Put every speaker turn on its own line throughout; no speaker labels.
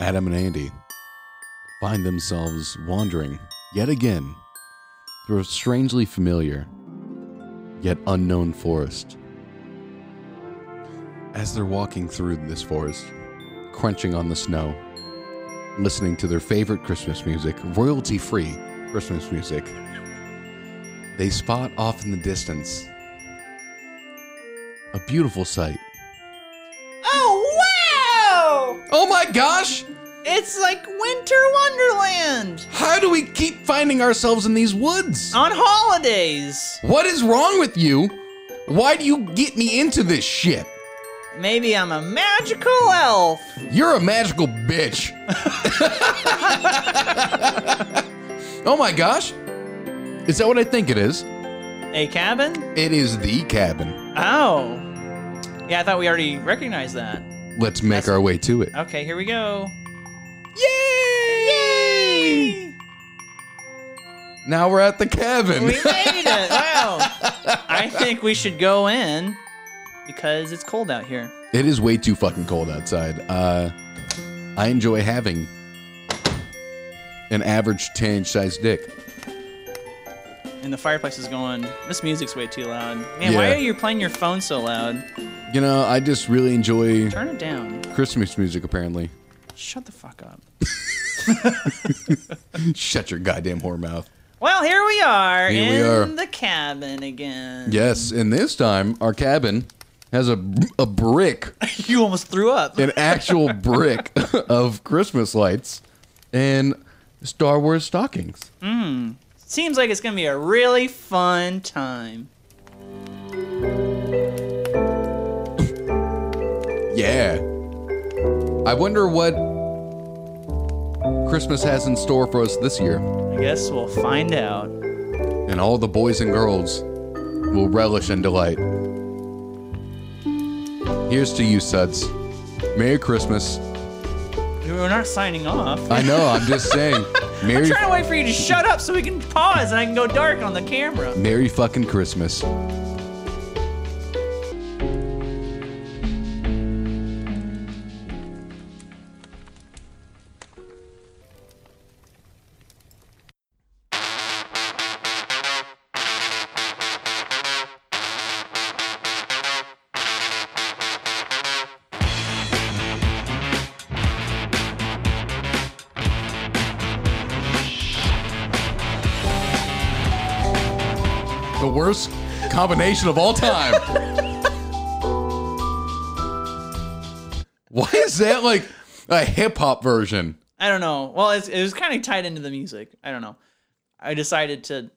Adam and Andy find themselves wandering yet again through a strangely familiar yet unknown forest. As they're walking through this forest, crunching on the snow, listening to their favorite Christmas music, royalty free Christmas music, they spot off in the distance a beautiful sight.
Oh, wow!
Oh my gosh!
It's like Winter Wonderland
How do we keep finding ourselves in these woods?
on holidays.
What is wrong with you? Why do you get me into this shit?
Maybe I'm a magical elf.
You're a magical bitch. oh my gosh. Is that what I think it is?
A cabin?
It is the cabin.
Oh. Yeah, I thought we already recognized that.
Let's make our way to it.
Okay, here we go.
Yay! Now we're at the cabin.
We made it! Wow. I think we should go in because it's cold out here.
It is way too fucking cold outside. Uh, I enjoy having an average 10 inch size dick.
And the fireplace is going, this music's way too loud. Man, why
Yeah.
are you playing your phone so loud?
You know, I just really enjoy
Turn it down.
Christmas music, apparently.
Shut the fuck up.
Shut your goddamn whore mouth.
Well, here we are
Here we
in
are.
the cabin again.
Yes, and this time our cabin has a, a brick,
You almost threw up.
an actual brick of Christmas lights and Star Wars stockings.
Seems like it's gonna be a really fun time.
Yeah. I wonder what Christmas has in store for us this year.
I guess we'll find out.
and all the boys and girls will relish and delight. Here's to you, suds. Merry Christmas.
We're not signing off.
I know, I'm just saying.
I'm
Merry,
trying to wait for you to shut up so we can pause and I can go dark on the camera.
Merry fucking Christmas. The worst combination of all time. Why is that like a hip hop version?
I don't know. Well, it's, it was kind of tied into the music. I don't know. I decided to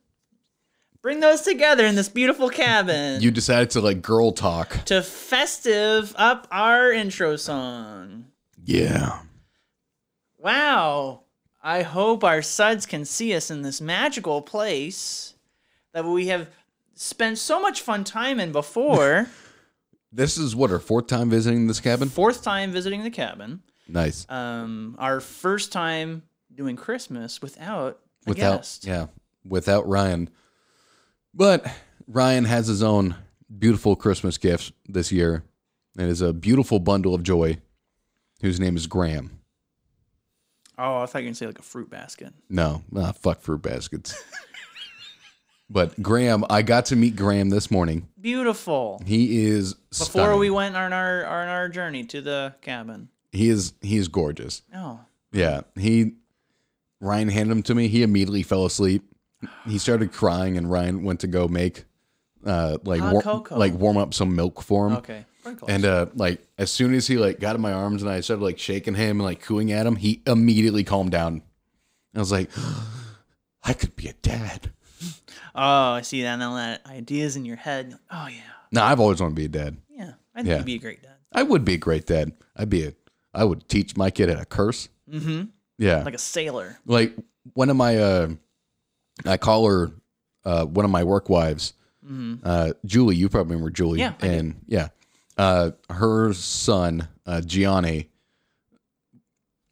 bring those together in this beautiful cabin
You decided to like girl talk.
to festive up our intro song.
Yeah.
Wow. I hope our suds can see us in this magical place that we have spent so much fun time in before.
This is what, our fourth time visiting this cabin?
Fourth time visiting the cabin.
Nice.
Um, our first time doing Christmas without a
without
guest.
yeah without ryan but ryan has his own beautiful christmas gift this year it is a beautiful bundle of joy whose name is graham
Oh, I thought you were gonna say like a fruit basket.
no ah, fuck fruit baskets but graham i got to meet graham this morning
Beautiful.
he is
Before
stunning.
we went on our on our journey to the cabin.
he is he is gorgeous
Oh,
yeah he ryan handed him to me he immediately fell asleep he started crying and ryan went to go make uh like
Hot
war-
cocoa.
like warm up some milk for him
okay. Pretty close.
Mm. And uh, like as soon as he like got in my arms and I started like shaking him and like cooing at him, he immediately calmed down. I was like, I could be a dad.
oh, I see that now. That ideas in your head. Oh yeah,
No, I've always wanted to be a dad.
yeah. I think
Yeah.
you'd be a great dad.
I would be a great dad. I'd be a. I would teach my kid how to curse.
Mm-hmm.
Yeah, like,
Like a sailor.
one of my uh, I call her uh one of my work wives,
Mm-hmm.
uh Julie. You probably remember Julie.
Yeah, I do.
and yeah, uh her son uh Gianni.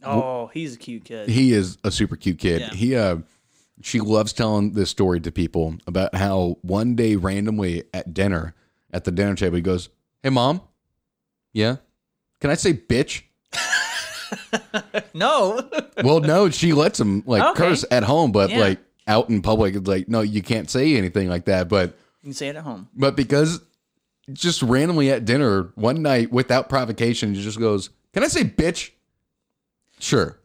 Oh, he's a cute kid.
he is a super cute kid.
Yeah.
He uh she loves telling this story to people about how one day randomly at dinner at the dinner table he goes, "Hey mom. Yeah. Can I say bitch?"
no.
well, no, she lets him like
Okay.
curse at home, but
Yeah.
like out in public, it's like no, you can't say anything like that. But
you can say it at home.
but because just randomly at dinner one night without provocation, she just goes, "Can I say bitch?" Sure.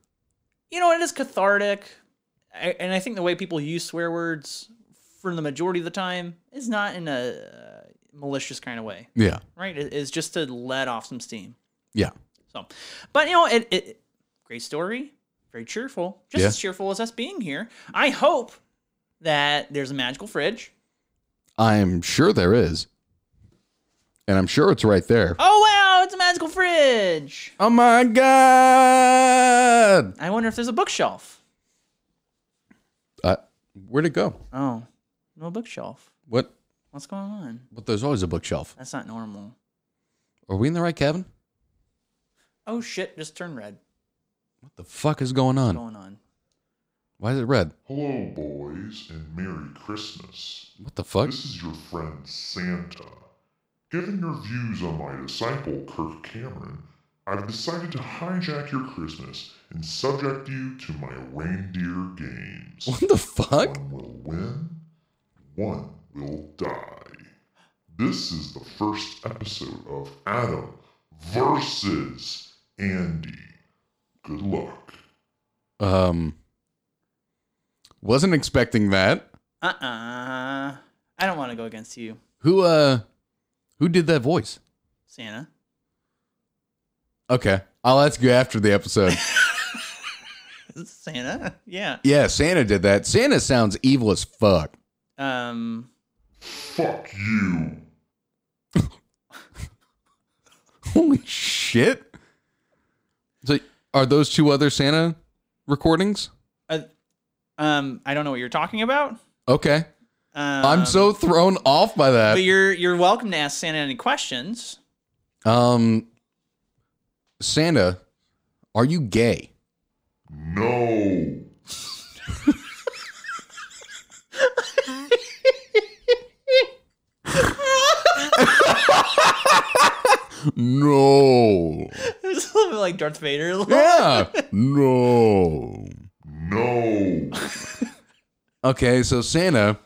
You know, it is cathartic. I, and I think the way people use swear words for the majority of the time is not in a uh, malicious kind of way,
Yeah.
right? It- it's just to let off some steam.
Yeah.
So, but you know, it, it great story, very cheerful, just
Yeah.
as cheerful as us being here. I hope that there's a magical fridge.
I'm sure there is, and I'm sure it's right there.
Oh wow, it's a magical fridge.
Oh my god!
I wonder if there's a bookshelf.
Uh, where'd it go?
Oh, no bookshelf.
What?
What's going on?
But there's always a bookshelf.
That's not normal.
Are we in the right cabin?
Oh shit, just turned red.
What the fuck is going
What's
on?
going on?
Why is it red?
Hello, boys, and Merry Christmas.
What the fuck?
This is your friend Santa. Given your views on my disciple, Kirk Cameron, I've decided to hijack your Christmas and subject you to my reindeer games.
What the fuck?
One will win, one will die. This is the first episode of Adam versus Andy. Good luck.
Um, wasn't expecting that.
Uh uh I don't want to go against you,
Who uh, who did that voice?
Santa.
Okay, I'll ask you after the episode.
Santa? Yeah.
yeah, Santa did that. Santa sounds evil as fuck.
Um.
Fuck you.
Holy shit! So, are those two other Santa recordings?
Uh, um. I don't know what you're talking about. Um,
Okay, I'm so thrown off by that.
But you're you're welcome to ask Santa any questions.
Um, Santa, are you gay?
No.
No.
it's a little bit like Darth Vader. a little-
Yeah. no.
No.
Okay, so Santa,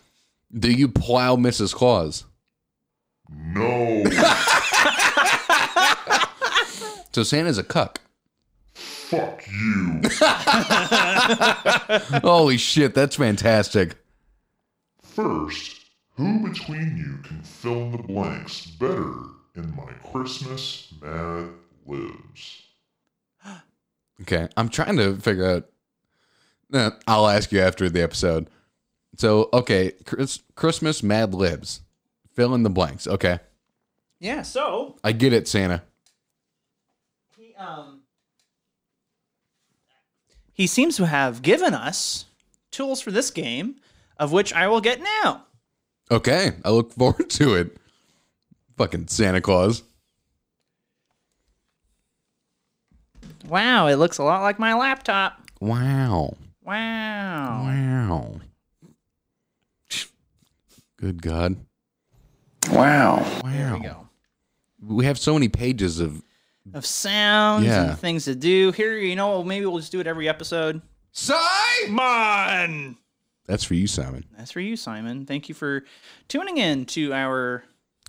do you plow Mrs. Claus?
No.
So Santa's a cuck.
Fuck you.
Holy shit, that's fantastic.
First, who between you can fill in the blanks better in my Christmas Mad Libs?
Okay, I'm trying to figure out. Nah, I'll ask you after the episode. So, okay, Chris, Christmas Mad Libs. Fill in the blanks. Okay,
Yeah. So
I get it, Santa.
he um. He seems to have given us tools for this game, of which I will get now.
Okay, I look forward to it. Fucking Santa Claus.
Wow, it looks a lot like my laptop.
Wow.
Wow.
Wow. Good God. Wow. Wow.
There we go.
We have so many pages of
Of sounds
Yeah.
and things to do. Here, you know, maybe we'll just do it every episode.
Simon. That's for you, Simon.
That's for you, Simon. Thank you for tuning in to our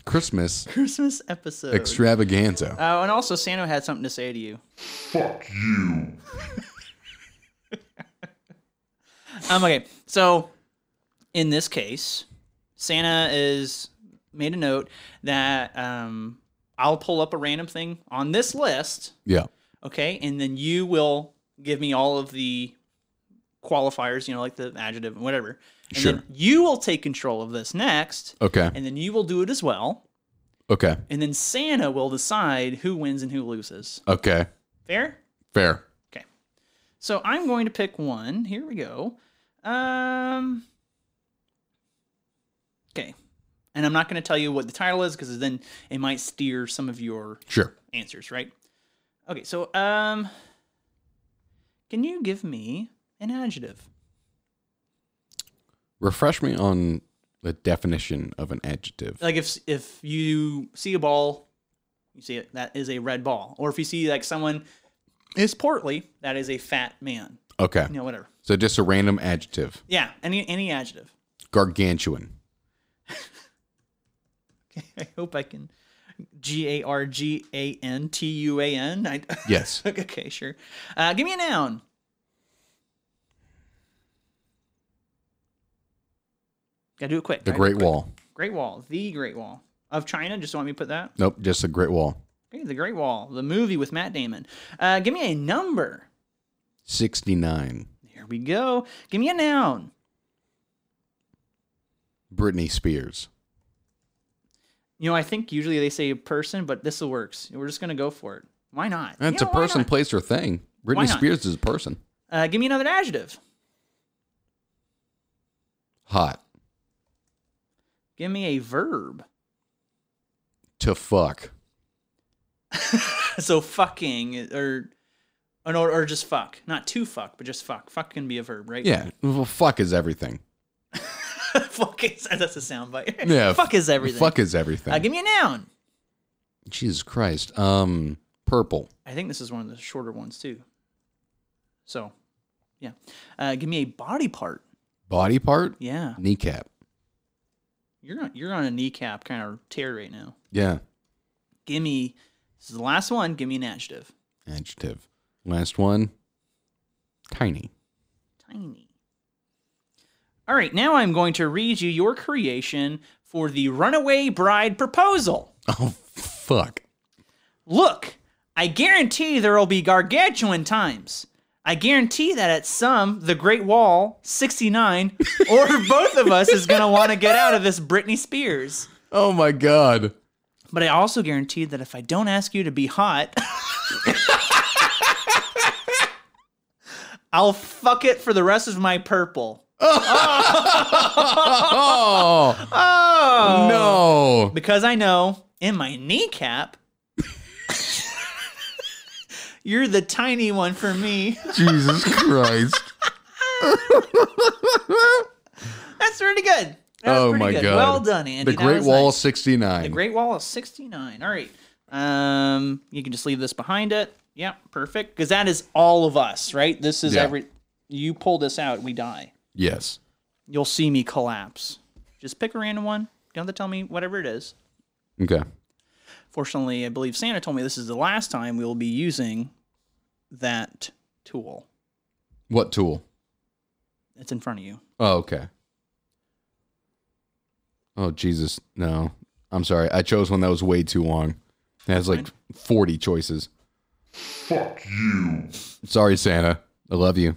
Christmas
Christmas episode.
extravaganza.
Oh, and also Santa had something to say to you.
Fuck you.
Um, okay, so in this case, Santa is made a note that um, I'll pull up a random thing on this list,
Yeah.
okay, and then you will give me all of the qualifiers, you know, like the adjective and whatever. And
Sure.
Then you will take control of this next,
Okay.
and then you will do it as well,
Okay.
and then Santa will decide who wins and who loses.
Okay.
Fair?
Fair.
So I'm going to pick one. Here we go. Um, okay. And I'm not going to tell you what the title is because then it might steer some of your
Sure.
answers, right? Okay. So, um, can you give me an adjective?
Refresh me on the definition of an adjective.
Like if if you see a ball, you see it. That is a red ball. Or if you see like someone is portly. That is a fat man.
Okay.
You know, whatever.
So just a random adjective.
Yeah, any any adjective.
Gargantuan.
I hope I can. G A R G A N T U A N. I-
Yes.
Okay, sure. Uh, give me a noun. Gotta do it quick.
The
right?
Great Wall.
Great Wall, the Great Wall of China. Just want me to put that.
Nope, just the Great Wall.
Okay, the Great Wall, the movie with Matt Damon. Uh, give me a number.
69.
Here we go. Give me a noun.
Britney Spears.
You know, I think usually they say person, but this works. We're just gonna go for it. Why not?
That's
You know,
a
why
person,
not?
place, or thing.
Why
Britney
not?
Spears is a person.
Uh, give me another adjective.
Hot.
Give me a verb.
To fuck.
so fucking or or, no, or just fuck not to fuck but just fuck fuck can be a verb right
Yeah. Well, fuck is everything.
fuck is that's a soundbite
Yeah.
fuck is everything
Fuck is everything.
uh, give me a noun
Jesus Christ. Um, purple.
i think this is one of the shorter ones too so yeah uh, give me a body part
Body part?
yeah
Kneecap.
you're on you're on a kneecap kind of tear right now
Yeah.
give me this is the last one give me an adjective
Adjective. Last one. Tiny.
tiny. All right, now I'm going to read you your creation for the runaway bride proposal.
Oh, fuck.
Look, I guarantee there will be gargantuan times. I guarantee that at some, the Great Wall, 69, or both of us is going to want to get out of this Britney Spears.
Oh, my God.
But I also guarantee that if I don't ask you to be hot, I'll fuck it for the rest of my purple.
Oh,
Oh!
no.
Because I know in my kneecap, you're the tiny one for me.
Jesus Christ.
That's pretty good. That's
Oh
pretty
my
good.
God.
Well done, Andy.
the
That
Great
was
Wall
nice.
69.
The Great Wall is 69. All right. Um, you can just leave this behind it. Yeah, perfect. Because that is all of us, right? This is
Yeah.
every. You pull this out, we die.
yes.
You'll see me collapse. Just pick a random one. You don't have to tell me whatever it is.
Okay.
Fortunately, I believe Santa told me this is the last time we will be using that tool.
What tool?
It's in front of you.
Oh, okay. Oh, Jesus. No. I'm sorry. I chose one that was way too long. It has like 40 choices.
Fuck you.
Sorry, Santa. I love you.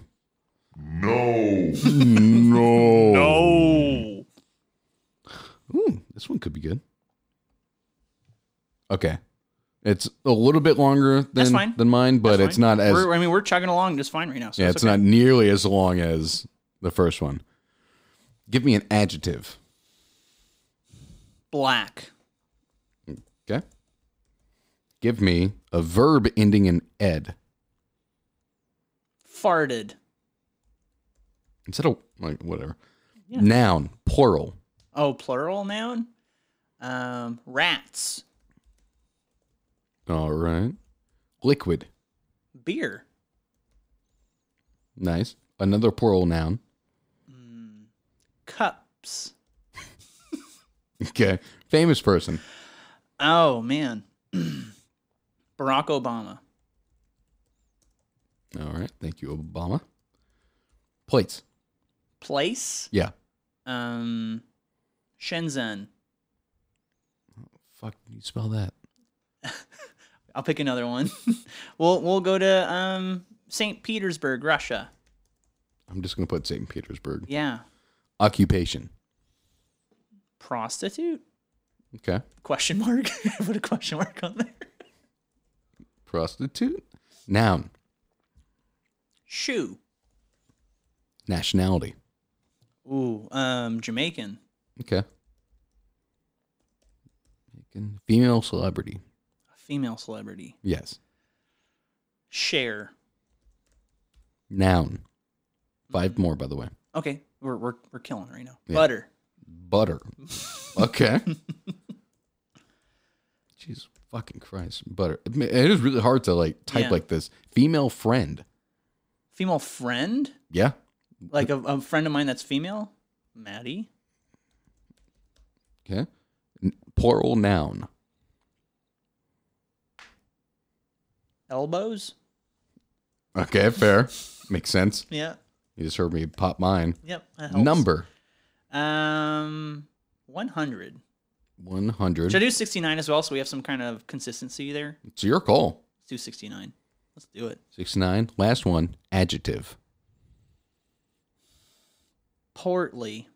No.
No.
Oh.
Ooh, this one could be good. Okay. It's a little bit longer than
fine.
than mine, but it's not as
We're, I mean, we're chugging along just fine right now. So
yeah,
it's,
it's
okay.
not nearly as long as the first one. Give me an adjective.
black.
Okay. Give me a verb ending in ed.
Farted.
Instead of like whatever.
Yeah.
Noun, plural.
Oh, plural noun. Um, rats.
All right. Liquid.
Beer.
Nice. Another plural noun.
Cups.
Okay. Famous person.
Oh man. Barack Obama.
All right. Thank you, Obama. Plates.
Place.
Yeah.
Um, Shenzhen.
Fuck, you spell that?
I'll pick another one. we'll we'll go to um Saint Petersburg, Russia.
I'm just gonna put St. Petersburg.
Yeah.
Occupation.
Prostitute?
Okay.
Question mark. Put a question mark on there.
Prostitute. Noun.
Shoe.
Nationality.
Ooh, um, Jamaican.
Okay. Making- Female celebrity.
Female celebrity.
Yes.
Share.
Noun. Five more, by the way.
Okay, we're we're, we're killing right now.
Yeah.
Butter.
Butter. Okay. Jeez, Fucking Christ, butter. It is really hard to like type
Yeah.
like this. Female friend.
Female friend?
Yeah.
Like a, a friend of mine that's female? Maddie?
Okay. N- Plural noun.
Elbows?
Okay, fair. Makes sense.
Yeah.
You just heard me pop mine.
Yep. That helps.
Number
Um, 100.
one hundred.
Should I do 69 as well so we have some kind of consistency there?
It's your call.
Let's do 69. Let's do it.
Sixty nine. Last one. Adjective.
Portly.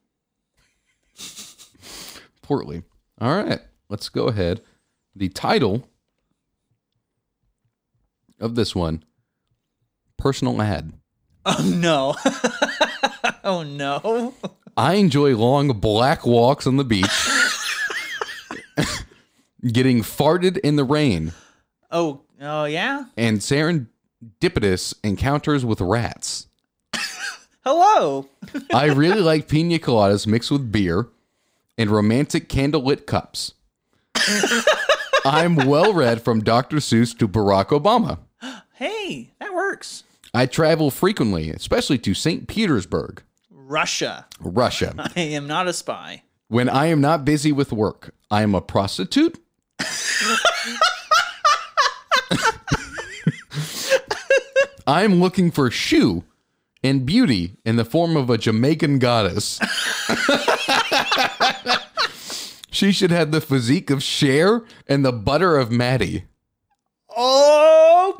Portly. All right. Let's go ahead. The title of this one. Personal ad.
Oh, no. oh, no.
I enjoy long black walks on the beach, getting farted in the rain,
Oh, oh, yeah.
and serendipitous encounters with rats.
Hello.
I really like pina coladas mixed with beer and romantic candlelit cups. I'm well read from Dr. Seuss to Barack Obama.
Hey, that works.
I travel frequently, especially to St. Petersburg,
Russia.
Russia.
I am not a spy.
When I am not busy with work, I am a prostitute. I'm looking for shoe and beauty in the form of a Jamaican goddess. she should have the physique of Cher and the butter of Maddie.
Okay.
All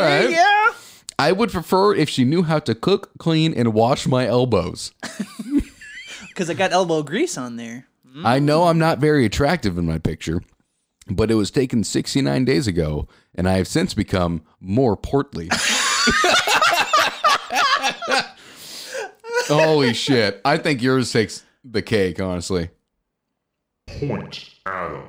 right.
Yeah.
I would prefer if she knew how to cook, clean, and wash my elbows.
Because I got elbow grease on there.
I know I'm not very attractive in my picture, but it was taken 69 days ago, and I have since become more portly. Holy shit. I think yours takes the cake, honestly.
Point Adam.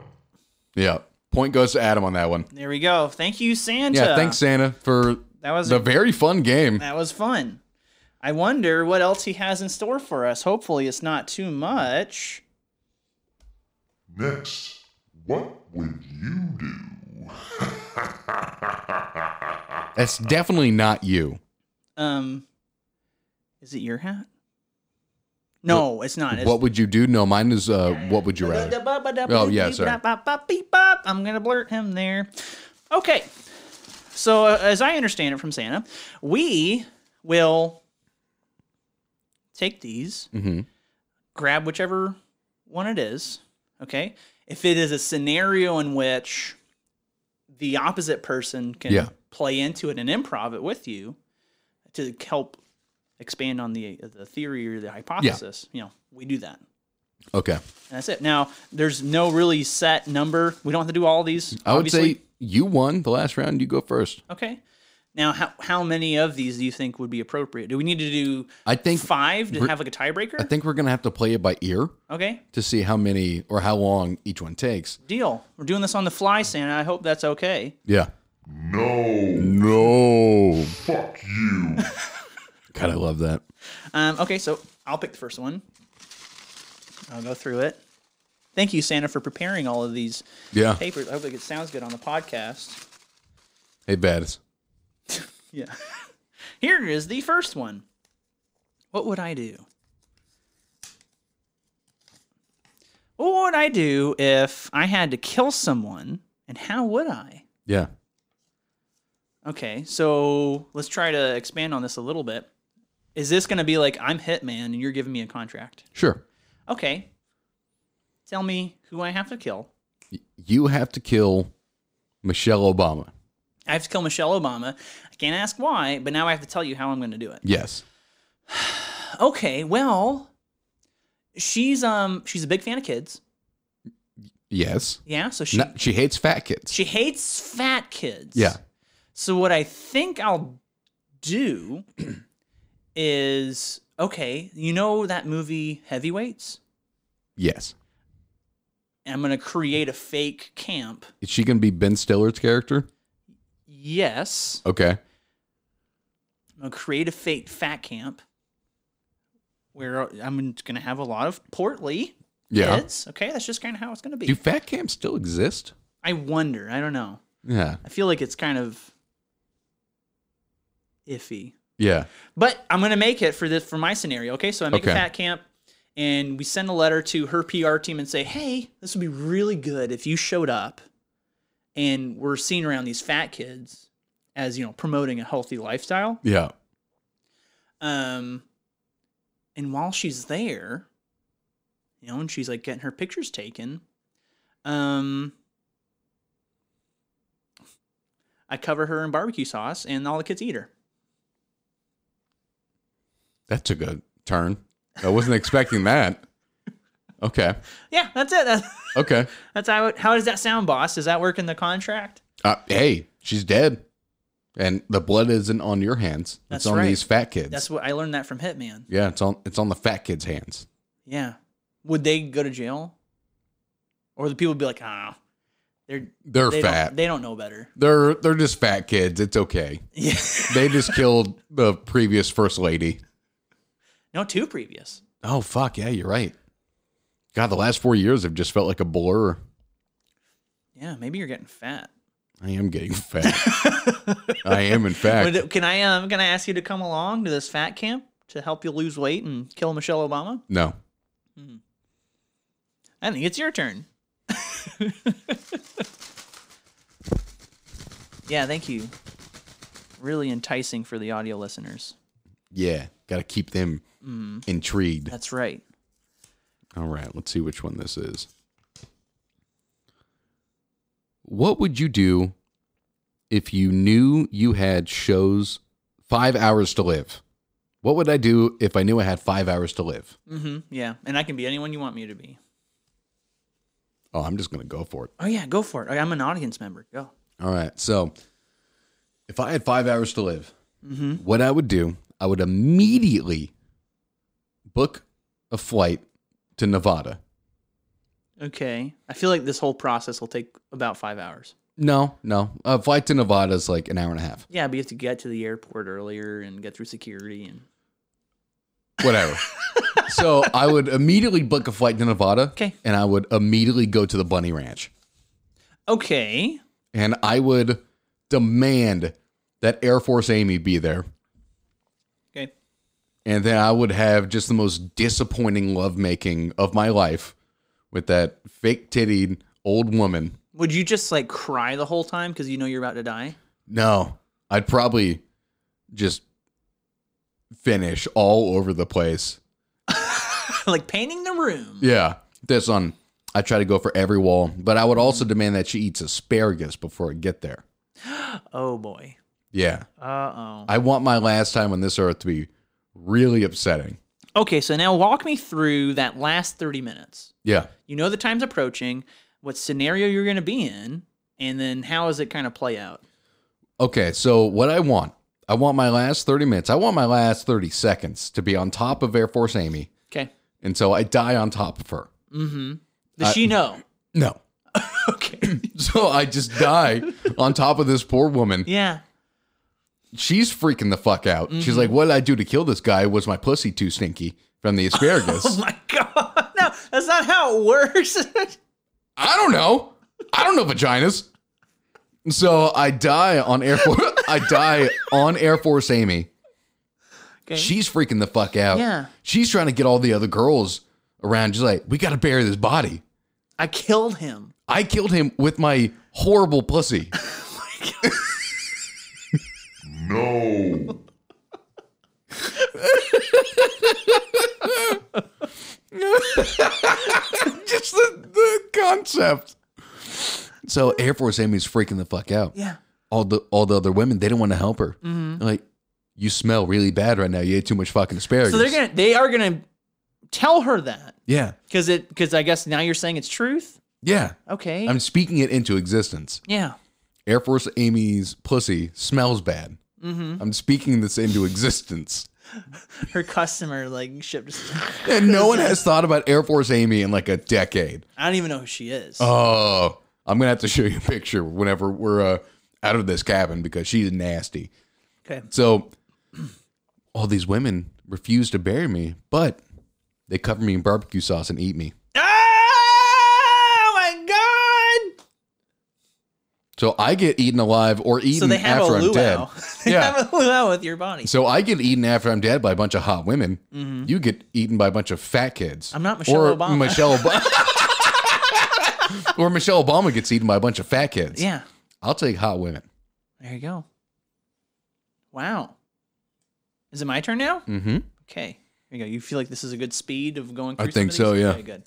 Yeah. Point goes to Adam on that one.
There we go. Thank you, Santa.
Yeah. Thanks, Santa, for
That was
the very fun game.
that was fun. I wonder what else he has in store for us. Hopefully, it's not too much.
Next, what would you do?
That's definitely not you.
Um, is it your hat? No, it's not. It's,
What would you do? No, mine is uh, what would you rather? Oh, yeah, sorry.
I'm gonna blurt him there. Okay, so uh, as I understand it from Santa, we will take these,
Mhm.
grab whichever one it is. Okay, if it is a scenario in which the opposite person can
Yeah.
play into it and improv it with you to help expand on the the theory or the hypothesis, you know, we do that.
Okay.
And that's it. Now, there's no really set number. We don't have to do all these.
I would
obviously.
say you won the last round. You go first.
Okay. Now, how, how many of these do you think would be appropriate? Do we need to do
I think
five to
we're-
have like a tiebreaker?
I think we're gonna have to play it by ear
okay.
to see how many or how long each one takes.
Deal. We're doing this on the fly, Santa. I hope that's okay.
Yeah.
No,
No.
fuck you.
God, I love that.
Um, okay, so I'll pick the first one. I'll go through it. Thank you, Santa, for preparing all of these
Yeah. Hey,
papers. I hope it sounds good on the podcast.
Baddest.
Yeah. Here is the first one. What would I do? What would I do if I had to kill someone, and how would I?
Yeah.
Okay, so let's try to expand on this a little bit. Is this going to be like I'm Hitman and you're giving me a contract?
Sure.
Okay. Tell me who I have to kill.
You have to kill Michelle Obama.
I have to kill Michelle Obama. I can't ask why, but now I have to tell you how I'm going to do it.
Yes.
Okay, well, she's um she's a big fan of kids.
Yes.
Yeah, so she
No, She, hates fat kids.
she hates fat kids.
yeah.
So what I think I'll do is okay, you know that movie Heavyweights?
Yes.
And I'm going to create a fake camp.
Is she gonna be Ben Stiller's character?
Yes.
Okay.
I'm going to create a fake fat camp where I'm going to have a lot of portly
Yeah.
kids. Okay, that's just kind of how it's going to be.
Do fat camps still exist?
I wonder. I don't know.
Yeah.
I feel like it's kind of iffy.
Yeah.
But I'm gonna make it for this for my scenario. Okay, so I make
Okay.
a fat camp, and we send a letter to her PR team and say, "Hey, this would be really good if you showed up, and we're seeing around these fat kids as you know promoting a healthy lifestyle."
Yeah.
Um, and while she's there, you know, and she's like getting her pictures taken, um, I cover her in barbecue sauce, and all the kids eat her.
That took a turn. I wasn't expecting that. Okay.
Yeah, that's it. That's,
Okay.
that's how. It, how does that sound, boss? Does that work in the contract?
Uh, hey, she's dead. And the blood isn't on your hands.
That's
it's on
right.
these fat kids.
That's what I learned that from Hitman.
yeah, it's on it's on the fat kids' hands.
Yeah, would they go to jail, or the people be like, ah, they're
They're
they
fat.
Don't, they don't know better.
They're they're just fat kids. It's okay.
Yeah,
They just killed the previous first lady.
no, two previous.
Oh fuck, yeah, you're right. God, the last 4 years have just felt like a blur.
Yeah, maybe you're getting fat.
I am getting fat. I am in fact.
Would- can I um can I ask you to come along to this fat camp to help you lose weight and kill Michelle Obama?
No.
I think it's your turn. yeah, thank you. Really enticing for the audio listeners.
Yeah, got to keep them
Mm.
intrigued.
That's right.
All right, let's see which one this is. What would you do if you knew you had shows five hours to live? What would I do if I knew I had five hours to live?
hmm Yeah, and I can be anyone you want me to be.
Oh, I'm just going to go for it.
Oh yeah, go for it. Okay, I'm an audience member. Go.
All right. So, if I had five hours to live,
Mm-hmm.
what I would do, I would immediately book a flight to Nevada.
Okay. I feel like this whole process will take about five hours.
No, no. A flight to Nevada is like an hour and a half.
Yeah, but you have to get to the airport earlier and get through security and.
whatever. so I would immediately book a flight to Nevada.
Okay.
And I would immediately go to the Bunny Ranch.
Okay.
And I would demand that Air Force Amy be there.
Okay.
And then I would have just the most disappointing lovemaking of my life with that fake titted old woman.
Would you just like cry the whole time because you know you're about to die?
No, I'd probably just finish all over the place.
like painting the room.
Yeah, this on. I try to go for every wall, but I would also demand that she eats asparagus before I get there.
Oh boy.
Yeah,
Uh oh.
I want my last time on this earth to be really upsetting.
Okay, so now walk me through that last 30 minutes.
Yeah,
You know the time's approaching, what scenario you're going to be in, and then how does it kind of play out?
Okay, so what I want, I want my last 30 minutes, I want my last 30 seconds to be on top of Air Force Amy.
Okay. Mm-hmm.
And so I die on top of her.
Does she know?
No.
Okay.
So I just die on top of this poor woman.
yeah.
She's freaking the fuck out. She's like, What did I do to kill this guy? Was my pussy too stinky from the
Oh
asparagus?
my god. No, that's not how it works.
I don't know. I don't know vaginas. So I die on Air Force. I die on Air Force Amy.
okay.
She's freaking the fuck out.
Yeah.
She's trying to get all the other girls around. She's like, we got to bury this body.
I killed him.
I killed him with my horrible pussy.
No.
Just the, the concept. So Air Force Amy's freaking the fuck out.
Yeah. Mm-hmm.
All the all the other women, they don't want to help her. They're like, you smell really bad right now. You ate too much fucking asparagus.
So they're going to they are going to tell her that
yeah,
cuz it cuz I guess now you're saying it's truth.
yeah.
Okay.
I'm speaking it into existence.
yeah.
Air Force Amy's pussy smells bad. I'm speaking this into existence.
Mm-hmm. Her customer like ship just
And no one has thought about Air Force Amy in like a decade.
I don't even know who she is.
Oh, I'm gonna have to show you a picture whenever we're uh, out of this cabin because she's nasty.
okay.
So all these women refuse to bury me, but they cover me in barbecue sauce and eat me.
Oh my god!
So I get eaten alive or eaten
so they have
after
a
I'm dead.
luau. they
Yeah.
have a luau with your body.
So I get eaten after I'm dead by a bunch of hot women.
Mhm.
You get eaten by a bunch of fat kids.
I'm not Michelle
or
Obama.
Michelle Obama. or Michelle Obama gets eaten by a bunch of fat kids.
yeah.
I'll take hot women.
There you go. Wow. Is it my turn now?
Mm-hmm.
Okay. Here you go. You feel like this is a good speed of going
I
through
think
some of these?
so, yeah.
Okay, good.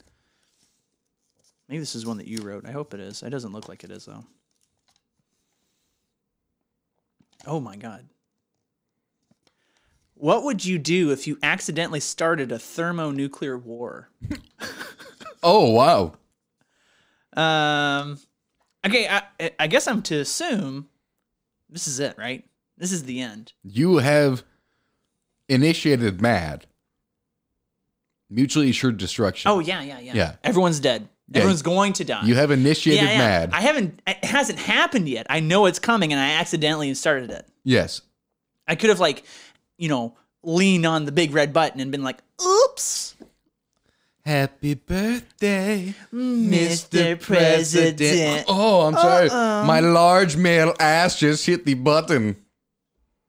Maybe this is one that you wrote. I hope it is. It doesn't look like it is though. Oh my god. What would you do if you accidentally started a thermonuclear war?
Oh wow.
Um Okay, I I guess I'm to assume this is it, right? This is the end.
You have initiated mad. Mutually assured destruction.
Oh yeah, yeah, yeah.
Yeah.
Everyone's dead.
Yeah.
Everyone's going to die.
You have initiated
yeah, yeah.
mad.
I haven't. It hasn't happened yet. I know it's coming, and I accidentally started it.
yes.
I could have like, you know, leaned on the big red button and been like, "Oops,
Happy birthday,
Mr. President."
Oh, I'm sorry.
Uh-oh.
My large male ass just hit the button.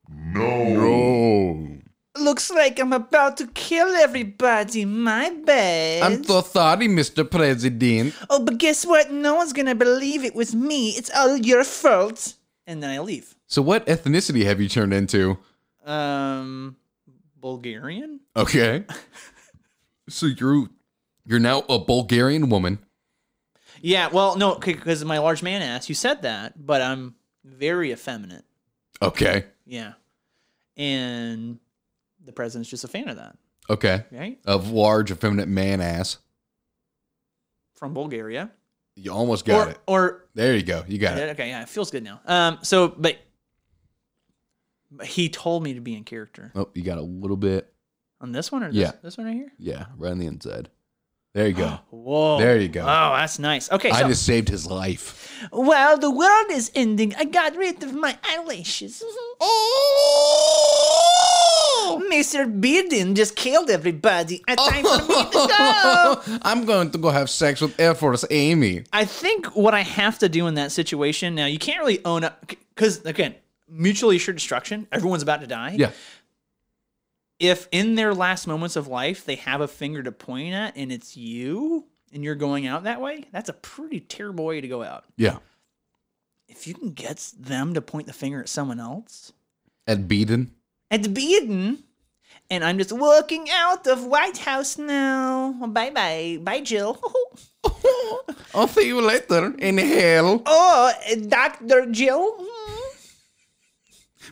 No.
No.
Looks like I'm about to kill everybody. My bad.
I'm so sorry, Mr. President.
oh, but guess what? No one's gonna believe it was me. It's all your fault. And then I leave.
So, what ethnicity have you turned into?
Um, Bulgarian.
Okay. so you're you're now a Bulgarian woman.
Yeah. Well, no, because of my large man ass. You said that, but I'm very effeminate.
Okay.
Yeah. And the president's just a fan of that,
Okay.
right?
Of large, effeminate man ass.
From Bulgaria.
You almost got
or,
it.
Or
There you go. You got it.
okay, yeah, it feels good now. Um, so but, but he told me to be in character
Oh, you got a little bit.
on this one or this,
Yeah.
this one right here.
Yeah, right on the inside. There you go.
Whoa.
There you go.
Oh, that's nice. Okay.
I
So,
just saved his life.
well, the world is ending. I got rid of my eyelashes.
Oh!
Mr. Biden just killed everybody. It's time for me to go.
I'm going to go have sex with Air Force Amy.
I think what I have to do in that situation now, you can't really own up because again, mutually assured destruction. Everyone's about to die.
Yeah.
If in their last moments of life they have a finger to point at and it's you and you're going out that way, that's a pretty terrible way to go out.
Yeah.
If you can get them to point the finger at someone else,
At Beaton.
at Biden, and I'm just walking out of White House now. Bye bye, bye Jill.
I'll see you later in hell.
oh, Doctor Jill.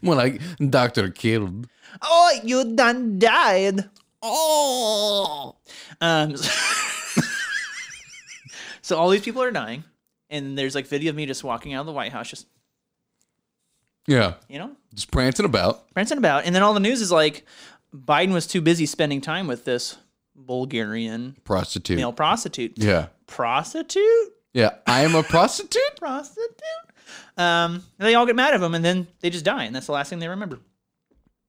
When I Doctor killed.
Oh, you done died.
Oh.
Um, so all these people are dying, and there's like video of me just walking out of the White House, just
Yeah.
you know,
Just prancing about.
prancing about. And then all the news is like, Biden was too busy spending time with this Bulgarian
Prostitute.
male prostitute.
Yeah.
Prostitute,
Yeah. I am a prostitute.
prostitute. Um, and they all get mad at him, and then they just die, and that's the last thing they remember.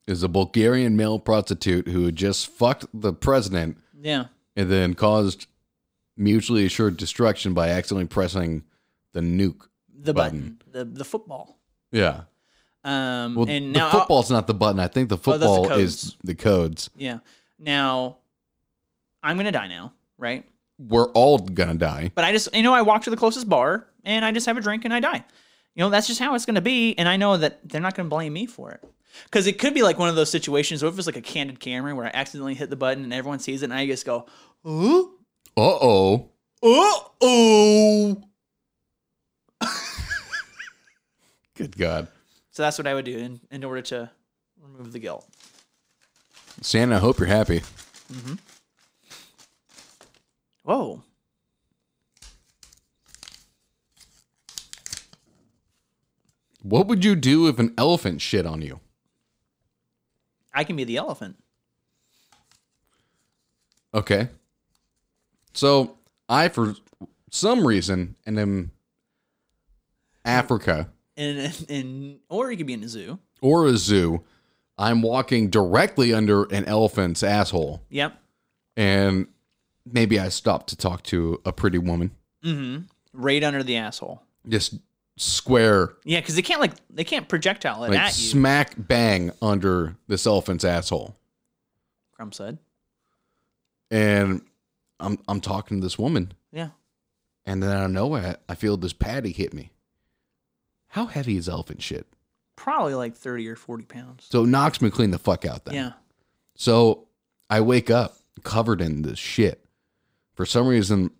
Is a Bulgarian male prostitute who had just fucked the president
Yeah,
and then caused mutually assured destruction by accidentally pressing the nuke.
the
Button.
button, the the football.
Yeah.
Um,
Well,
and
the
now I'll- Oh,
football's not the button. I think the
that's the
football is
codes.
the codes.
yeah. Now, I'm gonna die now, right?
We're all gonna die.
But I just, you know, I walk to the closest bar and I just have a drink and I die. You know, that's just how it's going to be. And I know that they're not going to blame me for it. Because it could be like one of those situations where if it's like a candid camera where I accidentally hit the button and everyone sees it and I just go, oh,
Uh oh.
oh, oh.
Good God.
So that's what I would do in, in order to remove the guilt.
Santa, I hope you're happy.
Whoa.
What would you do if an elephant shit on you?
I can be the elephant.
Okay. So I, for some reason, and am Africa
And, and or you could be in a zoo.
or a zoo. I'm walking directly under an elephant's asshole,
Yep.
and maybe I stop to talk to a pretty woman.
Right under Mm-hmm. the asshole.
Just square
Yeah, because they can't like they can't projectile it
like
at you.
smack bang under this elephant's asshole.
Crumb said.
And I'm I'm talking to this woman,
Yeah.
and then out of nowhere I feel this patty hit me. How heavy is elephant shit?
Probably like thirty or forty pounds.
So it knocks me clean the fuck out then.
Yeah.
So I wake up covered in this shit. For some reason,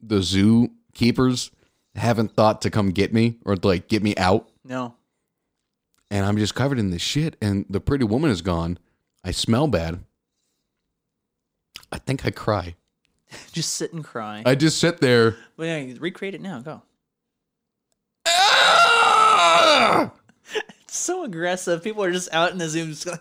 the zoo keepers haven't thought to come get me or like get me out.
No.
And I'm just covered in this shit. And the pretty woman is gone. I smell bad. I think I cry.
Just sit and cry.
I just sit there.
Well, yeah, you recreate it now. Go.
"Ah!"
It's so aggressive. People are just out in the Zoom. Just like,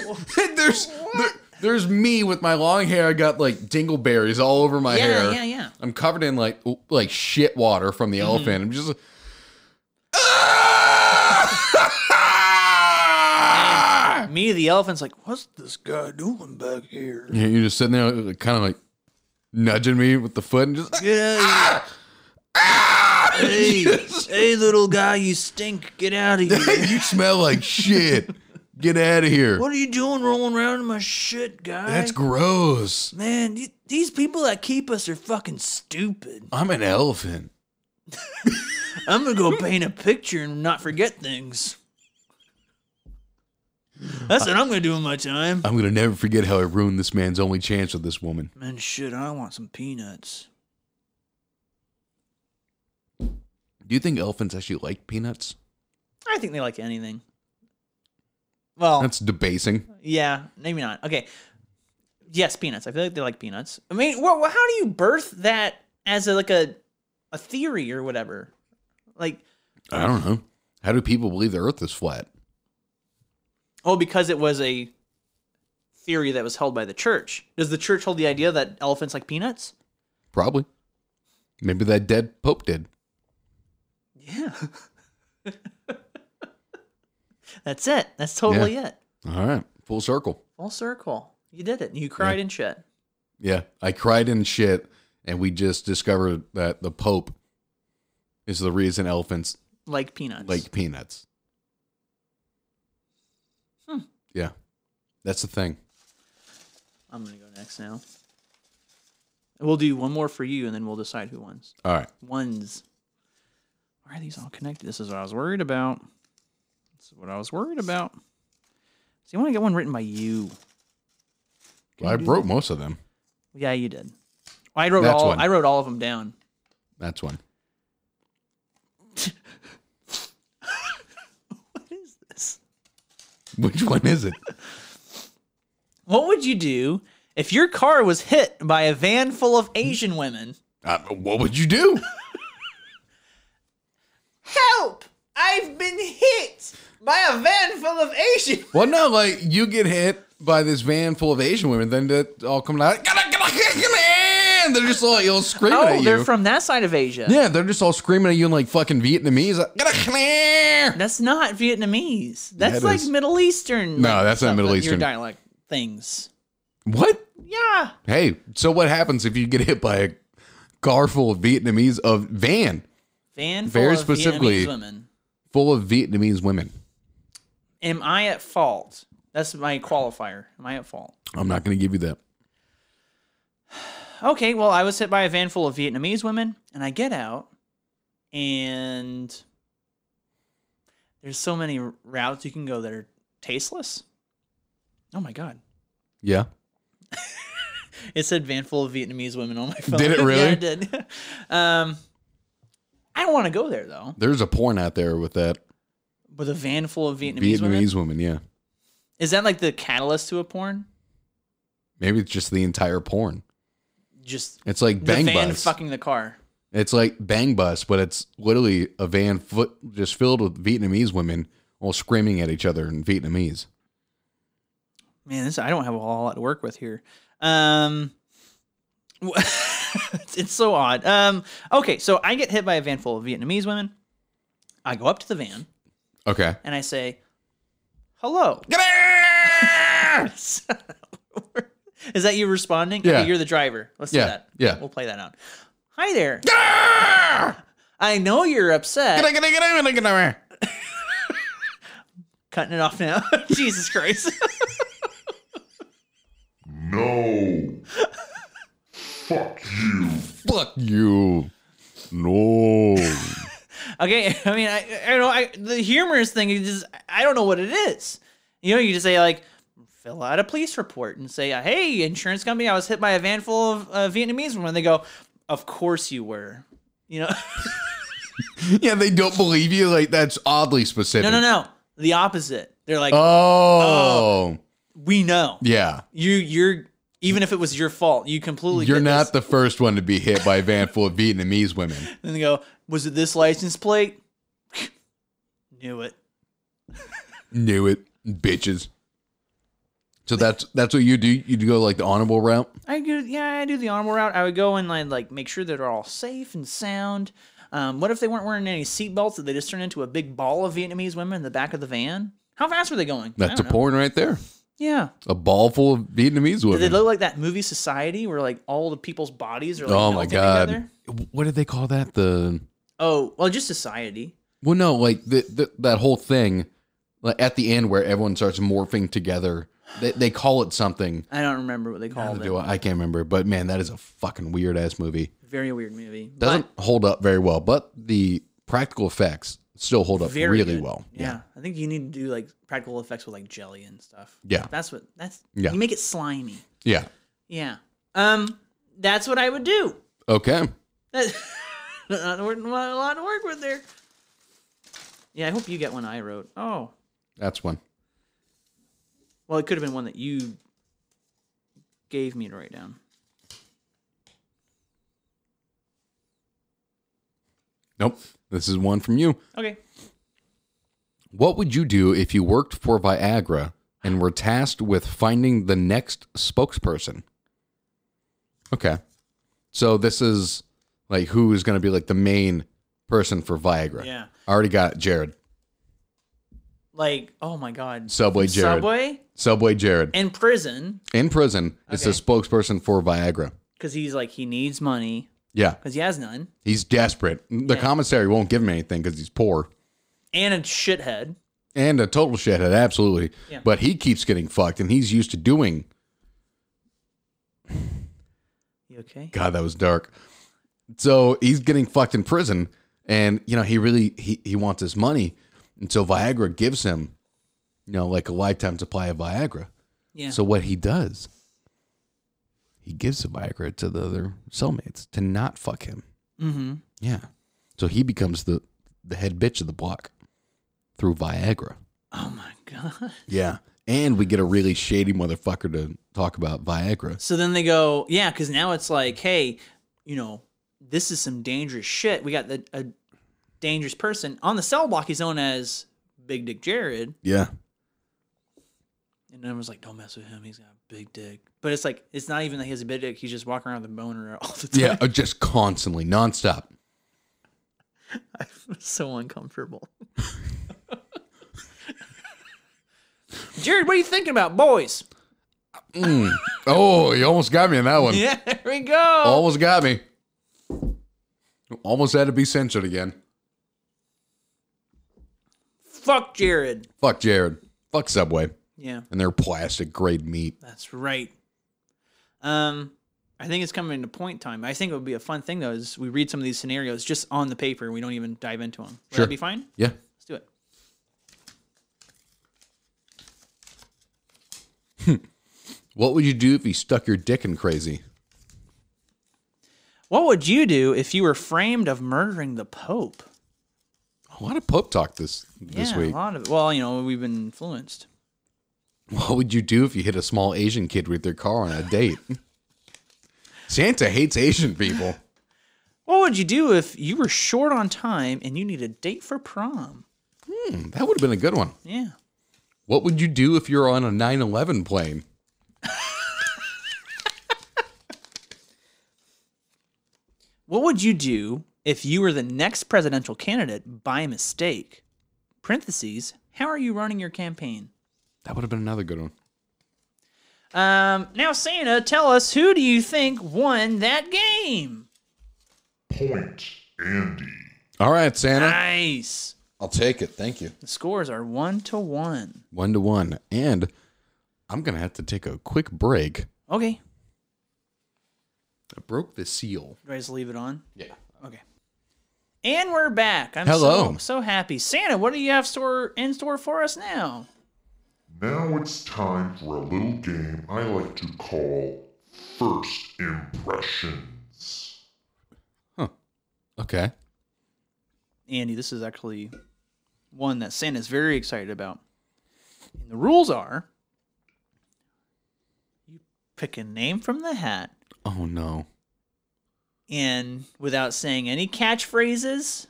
there's there, there's me with my long hair. I got like dingleberries all over my
yeah,
hair.
yeah, yeah.
I'm covered in like like shit water from the elephant. I'm just like, "Ah!"
Me, the elephant's like, what's this guy doing back here?
Yeah, you're just sitting there, kind of like nudging me with the foot, and just
Yeah, yeah.
Ah!
Hey, hey, little guy, you stink. Get out of here.
you smell like shit. Get out of here.
what are you doing rolling around in my shit, guy?
That's gross.
Man, y- these people that keep us are fucking stupid.
I'm an elephant.
I'm gonna go paint a picture and not forget things. That's what I'm gonna do in my time.
I'm gonna never forget how I ruined this man's only chance with this woman.
Man, shit, I want some peanuts.
Do you think elephants actually like peanuts?
I think they like anything. Well,
That's debasing.
yeah, maybe not. Okay. Yes, peanuts. I feel like they like peanuts. I mean, well, well, how do you birth that as a, like a a theory or whatever? Like,
I don't know. How do people believe the Earth is flat?
oh, because it was a theory that was held by the church. Does the church hold the idea that elephants like peanuts?
Probably. Maybe that dead Pope did.
Yeah. That's it. That's totally it.
All right. Full circle.
Full circle. You did it. You cried and shit.
Yeah. I cried in shit, and we just discovered that the Pope is the reason elephants
Like peanuts.
like peanuts.
Hmm.
Yeah. That's the thing.
I'm gonna go next now. We'll do one more for you and then we'll decide who wins.
All right.
Ones. Why are these all connected? This is what I was worried about. This is what I was worried about. So you want to get one written by you.
Well, I wrote most of them.
Yeah, you did. I wrote
That's
all
one.
I wrote all of them down.
That's one.
What is this?
Which one is it?
What would you do if your car was hit by a van full of Asian women?
Uh, what would you do?
Help! I've been hit by a van full of Asian.
Well, no, like you get hit by this van full of Asian women, then they all coming out. "Get up, get up, get up, man!" They're just all, all screaming
Oh,
at you.
they're from that side of Asia.
yeah, they're just all screaming at you in like fucking Vietnamese. like, "Get up, get up, man!"
That's not Vietnamese.
Yeah,
That's
it
like
is.
Middle Eastern.
No,
like,
that's not
stuff,
Middle
like, Your
Eastern.
dialect things.
What?
Yeah.
Hey, so what happens if you get hit by a car full of Vietnamese of van
Van full
Very
of
specifically-
Vietnamese women.
full of Vietnamese women?
Am I at fault? That's my qualifier. Am I at fault?
I'm not going to give you that.
Okay, well, I was hit by a van full of Vietnamese women, and I get out, and there's so many r- routes you can go that are tasteless. Oh my god!
Yeah.
It said van full of Vietnamese women on my phone.
Did it really?
yeah, it did. um, I don't want to go there though.
There's a porn out there with that
With a van full of Vietnamese,
Vietnamese
women,
women. Yeah.
is that like the catalyst to a porn?
Maybe it's just the entire porn.
Just
It's like bang
the van
bus.
fucking the car.
It's like Bang Bus, but it's literally a van foot just filled with Vietnamese women all screaming at each other in Vietnamese.
Man, this I don't have a whole lot to work with here. Um, w- it's it's so odd. Um, okay, so I get hit by a van full of Vietnamese women. I go up to the van
Okay.
and I say, "Hello."
yeah.
Is that you responding?
Yeah.
Okay, you're the driver. Let's
Yeah,
do that.
yeah.
We'll play that out. Hi there. I know you're upset.
Gonna
Cutting it off now. Jesus Christ.
No. Fuck you.
Fuck you. No.
Okay, I mean, I, I don't know. I, the humorous thing is, just, I don't know what it is. You know, you just say like, fill out a police report and say, "Hey, insurance company, I was hit by a van full of uh, Vietnamese." women." And they go, "Of course you were." You know,
yeah, they don't believe you. Like that's oddly specific.
no, no, no. The opposite. They're like,
Uh, Oh.
"We know
Yeah.
you. You're even if it was your fault, you completely.
You're
did
not the
this."
first one to be hit by a van full of Vietnamese women.
And they go, "Was it this license plate?" Knew it.
Knew it, bitches. So that's that's what you do. You go like the honorable route.
I do, yeah, I do the honorable route. I would go and like, like make sure that they're all safe and sound. Um, what if they weren't wearing any seatbelts? Did they just turn into a big ball of Vietnamese women in the back of the van? How fast were they going? I
That's a
don't know.
porn right there.
Yeah.
A ball full of Vietnamese
Did they
women.
look like that movie Society where like all the people's bodies are like
oh my
melted
god.
together?
What did they call that? The
Oh, well, just Society.
well, no, like the, the that whole thing like at the end where everyone starts morphing together. They, they call it something.
I don't remember what they called it.
Do I, I can't remember, but man, that is a fucking weird ass movie.
Very weird movie.
Doesn't hold up very well, but the practical effects still hold
but
up
very
really
good.
well.
Yeah. I think you need to do like practical effects with like jelly and stuff.
Yeah.
That's what. That's.
Yeah.
You make it slimy.
Yeah.
Yeah. Um, that's what I would do.
Okay.
That, not a word- not a lot to work with there. Yeah, I hope you get one I wrote. Oh,
That's one.
well, it could have been one that you gave me to write down.
Nope. This is one from you.
Okay.
What would you do if you worked for Viagra and were tasked with finding the next spokesperson? Okay. So this is like who is going to be like the main person for Viagra.
Yeah.
I already got Jared.
Like, oh my God.
Subway Jared. Subway,
Subway
Jared.
and prison
In prison is the
Okay.
spokesperson for Viagra.
because he's like he needs money
Yeah.
because he has none
He's desperate. The
Yeah.
commissary won't give him anything because he's poor
and a shithead.
and a total shithead. Absolutely.
Yeah.
But he keeps getting fucked and he's used to doing
You okay?
God, that was dark. So he's getting fucked in prison, and you know he really he he wants his money, and so Viagra gives him, you know, like a lifetime supply of Viagra.
Yeah.
So what he does, he gives the Viagra to the other cellmates to not fuck him.
mm-hmm.
Yeah. So he becomes the the head bitch of the block through Viagra.
Oh my God.
Yeah. And we get a really shady motherfucker to talk about Viagra.
So then they go, yeah, because now it's like, hey, you know, this is some dangerous shit. We got the, a dangerous person on the cell block. He's known as Big Dick Jared,
Yeah.
and everyone's like, don't mess with him. He's got a big dick. But it's like, it's not even that he has a big dick. He's just walking around with a boner all the time.
Yeah. Just constantly, nonstop.
so uncomfortable. Jared, what are you thinking about, boys?
Oh, you almost got me in that one.
Yeah, there we go.
Almost got me. Almost had to be censored again.
Fuck Jared.
Fuck Jared. Fuck Subway
Yeah.
and their plastic grade meat.
That's right. Um, I think it's coming into point time. I think it would be a fun thing though, is we read some of these scenarios just on the paper. We don't even dive into them. Would
Sure.
that be fine?
Yeah.
Let's do it.
What would you do if you stuck your dick in crazy?
What would you do if you were framed of murdering the Pope?
A lot of Pope talk this this
yeah,
week.
a lot of well, you know, we've been influenced.
What would you do if you hit a small Asian kid with their car on a date? Santa hates Asian people.
What would you do if you were short on time and you need a date for prom?
Hmm, That would have been a good one.
Yeah.
What would you do if you're on a 9/11 plane?
What would you do if you were the next presidential candidate by mistake? Parentheses. How are you running your campaign?
That would have been another good one.
Um, now, Santa, tell us who do you think won that game?
Point Andy.
All right, Santa.
Nice.
I'll take it. Thank you.
The scores are one to one.
One to one. And I'm going to have to take a quick break.
Okay.
I broke the seal.
Do I just leave it on?
Yeah.
Okay. And we're back. I'm
Hello.
So, so happy. Santa, what do you have store in store for us now?
Now it's time for a little game I like to call First Impressions.
Okay.
Andy, this is actually one that Santa's very excited about. And the rules are you pick a name from the hat,
Oh, no.
and without saying any catchphrases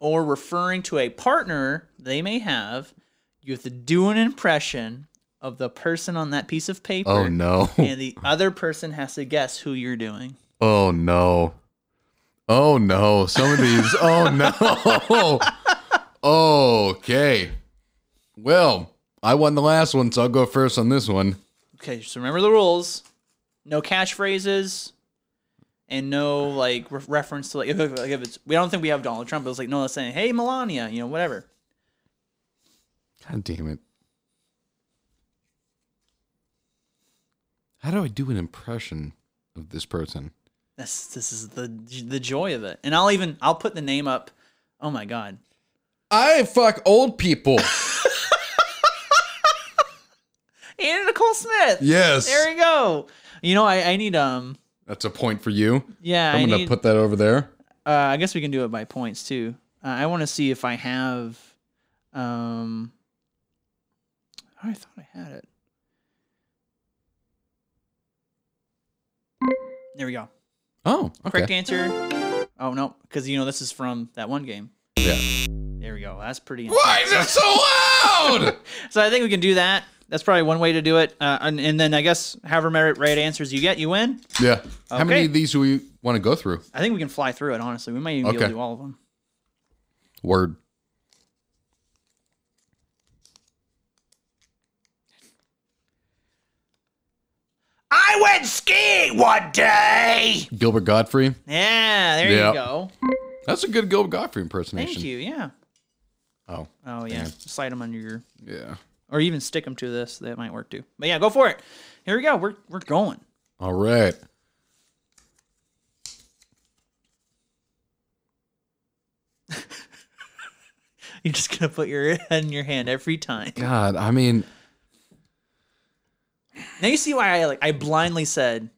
or referring to a partner they may have, you have to do an impression of the person on that piece of paper.
Oh, no.
and the other person has to guess who you're doing.
Oh, no. Oh, no. Some of these. oh, no. Okay. Well, I won the last one, so I'll go first on this one.
Okay, just remember the rules. No catchphrases, and no like re- reference to like if, like if it's we don't think we have Donald Trump. But it's like no, it's saying hey Melania, you know whatever.
God damn it. How do I do an impression of this person?
That's this is the the joy of it. And I'll even I'll put the name up. Oh my god,
I fuck old people.
Anna Nicole Smith.
yes.
There you go. You know I I need um
That's a point for you.
yeah
I'm
I
going
need-
to put that over there.
uh, I guess we can do it by points too. Uh, I want to see if I have. Um, oh, I thought I had it. There we go.
Oh,
Correct answer. Oh no, because you know this is from that one game.
Yeah.
There we go. That's pretty.
Why is it so loud?
So I think we can do that. That's probably one way to do it. Uh, and, and then I guess however many right answers you get, you win.
yeah. How many
Okay.
of these do we want to go through?
I think we can fly through it. Honestly, we might even be able
Okay.
to do all of them.
Word.
I went skiing one day.
Gilbert Godfrey.
Yeah, there
Yeah.
you go.
That's a good Gilbert Godfrey impersonation.
Thank you. Yeah.
Oh,
Oh yeah.
Damn.
Slide them under your,
yeah.
or even stick them to this. That might work too. But yeah, go for it. Here we go. We're we're going.
All right.
You're just gonna put your head in your hand every time.
God, I mean,
Now you see why I like I blindly said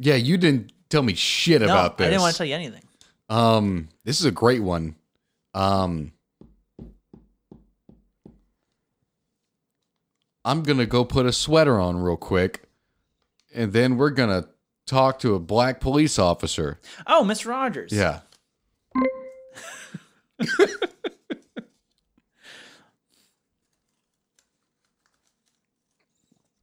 yeah, you didn't tell me shit
no.
about
I
this.
didn't want to tell you anything.
Um, this is a great one. Um, I'm gonna go put a sweater on real quick, and then we're gonna talk to a black police officer.
Oh, Miss Rogers.
Yeah.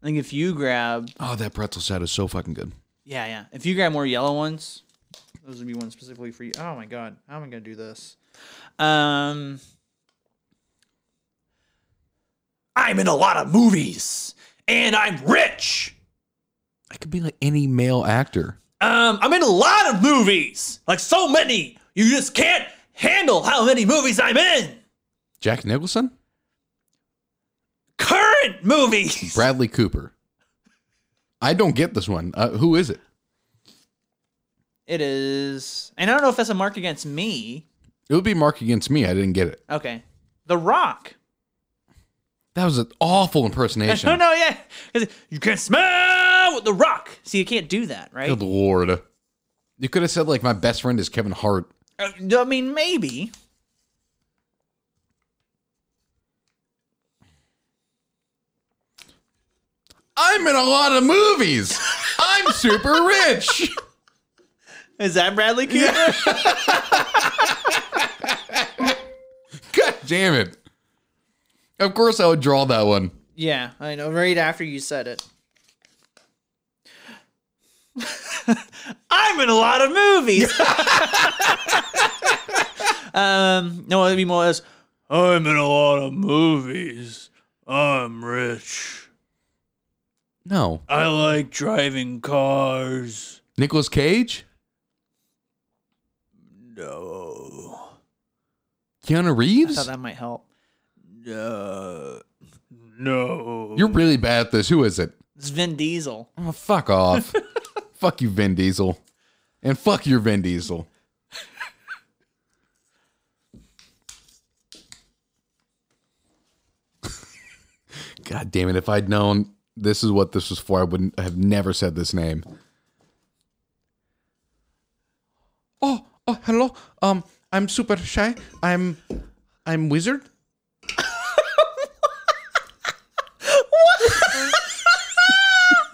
I think if you grab
Oh, that pretzel salad is so fucking good.
yeah yeah if you grab more yellow ones, those would be ones specifically for you. Oh my god, how am I gonna do this? Um. I'm in a lot of movies, and I'm rich.
I could be like any male actor.
Um, I'm in a lot of movies, like so many. You just can't handle how many movies I'm in.
Jack Nicholson,
Current movies.
Bradley Cooper. I don't get this one. Uh, who is it?
It is, and I don't know if that's a mark against me.
It would be Mark against me. I didn't get it.
Okay, The Rock.
That was an awful impersonation.
No, no, yeah, 'Cause you can't smell with The Rock. See, you can't do that, right?
Good lord. You could have said like my best friend is Kevin Hart.
Uh, I mean, maybe.
I'm in a lot of movies. I'm super rich.
Is that Bradley Cooper?
God damn it. Of course I would draw that one.
Yeah, I know. Right after you said it. I'm in a lot of movies. um, no, it'd be more as I'm in a lot of movies. I'm rich.
No.
I like driving cars.
Nicolas Cage?
No.
Keanu
I
Reeves?
thought oh, that might help. No. No.
You're really bad at this. Who is it?
It's Vin Diesel.
Oh, fuck off. fuck you, Vin Diesel. And fuck your Vin Diesel. God damn it. If I'd known this is what this was for, I wouldn't have never said this name. Oh, oh, hello. Um, I'm super shy. I'm, I'm wizard.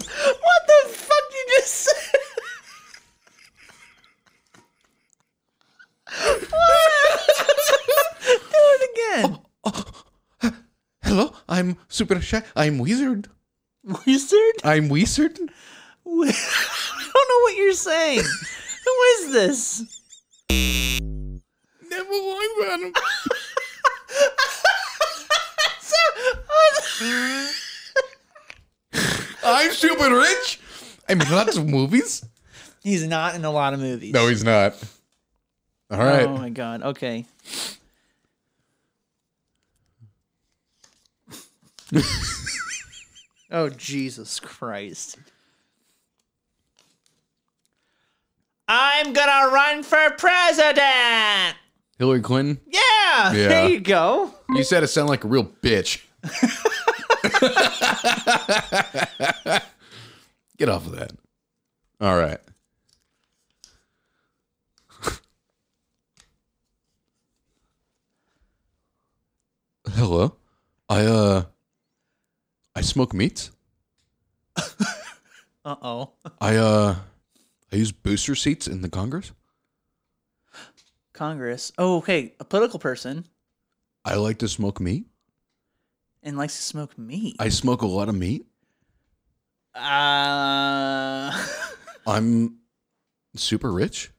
What the fuck you just say? Do it again.
Hello, I'm super shy. I'm wizard.
Oh, Wizard?
I'm wizard.
Wi- I don't know what you're saying. Who is this?
Never mind, Venom.
So, I
I'm super rich. I'm in lots of movies.
was- he's not in a lot of movies.
No, he's not. All right.
Oh my god. Okay. oh Jesus Christ. I'm gonna run for president.
Hillary Clinton,
Yeah,
Yeah.
there you go.
you said it sounded like a real bitch. Get off of that. All right. Hello. I uh I smoke meat.
Uh oh.
I uh I use booster seats in the Congress.
Congress. Oh, okay. A political person
I like to smoke meat.
and likes to smoke meat.
I smoke a lot of meat.
uh.
I'm super rich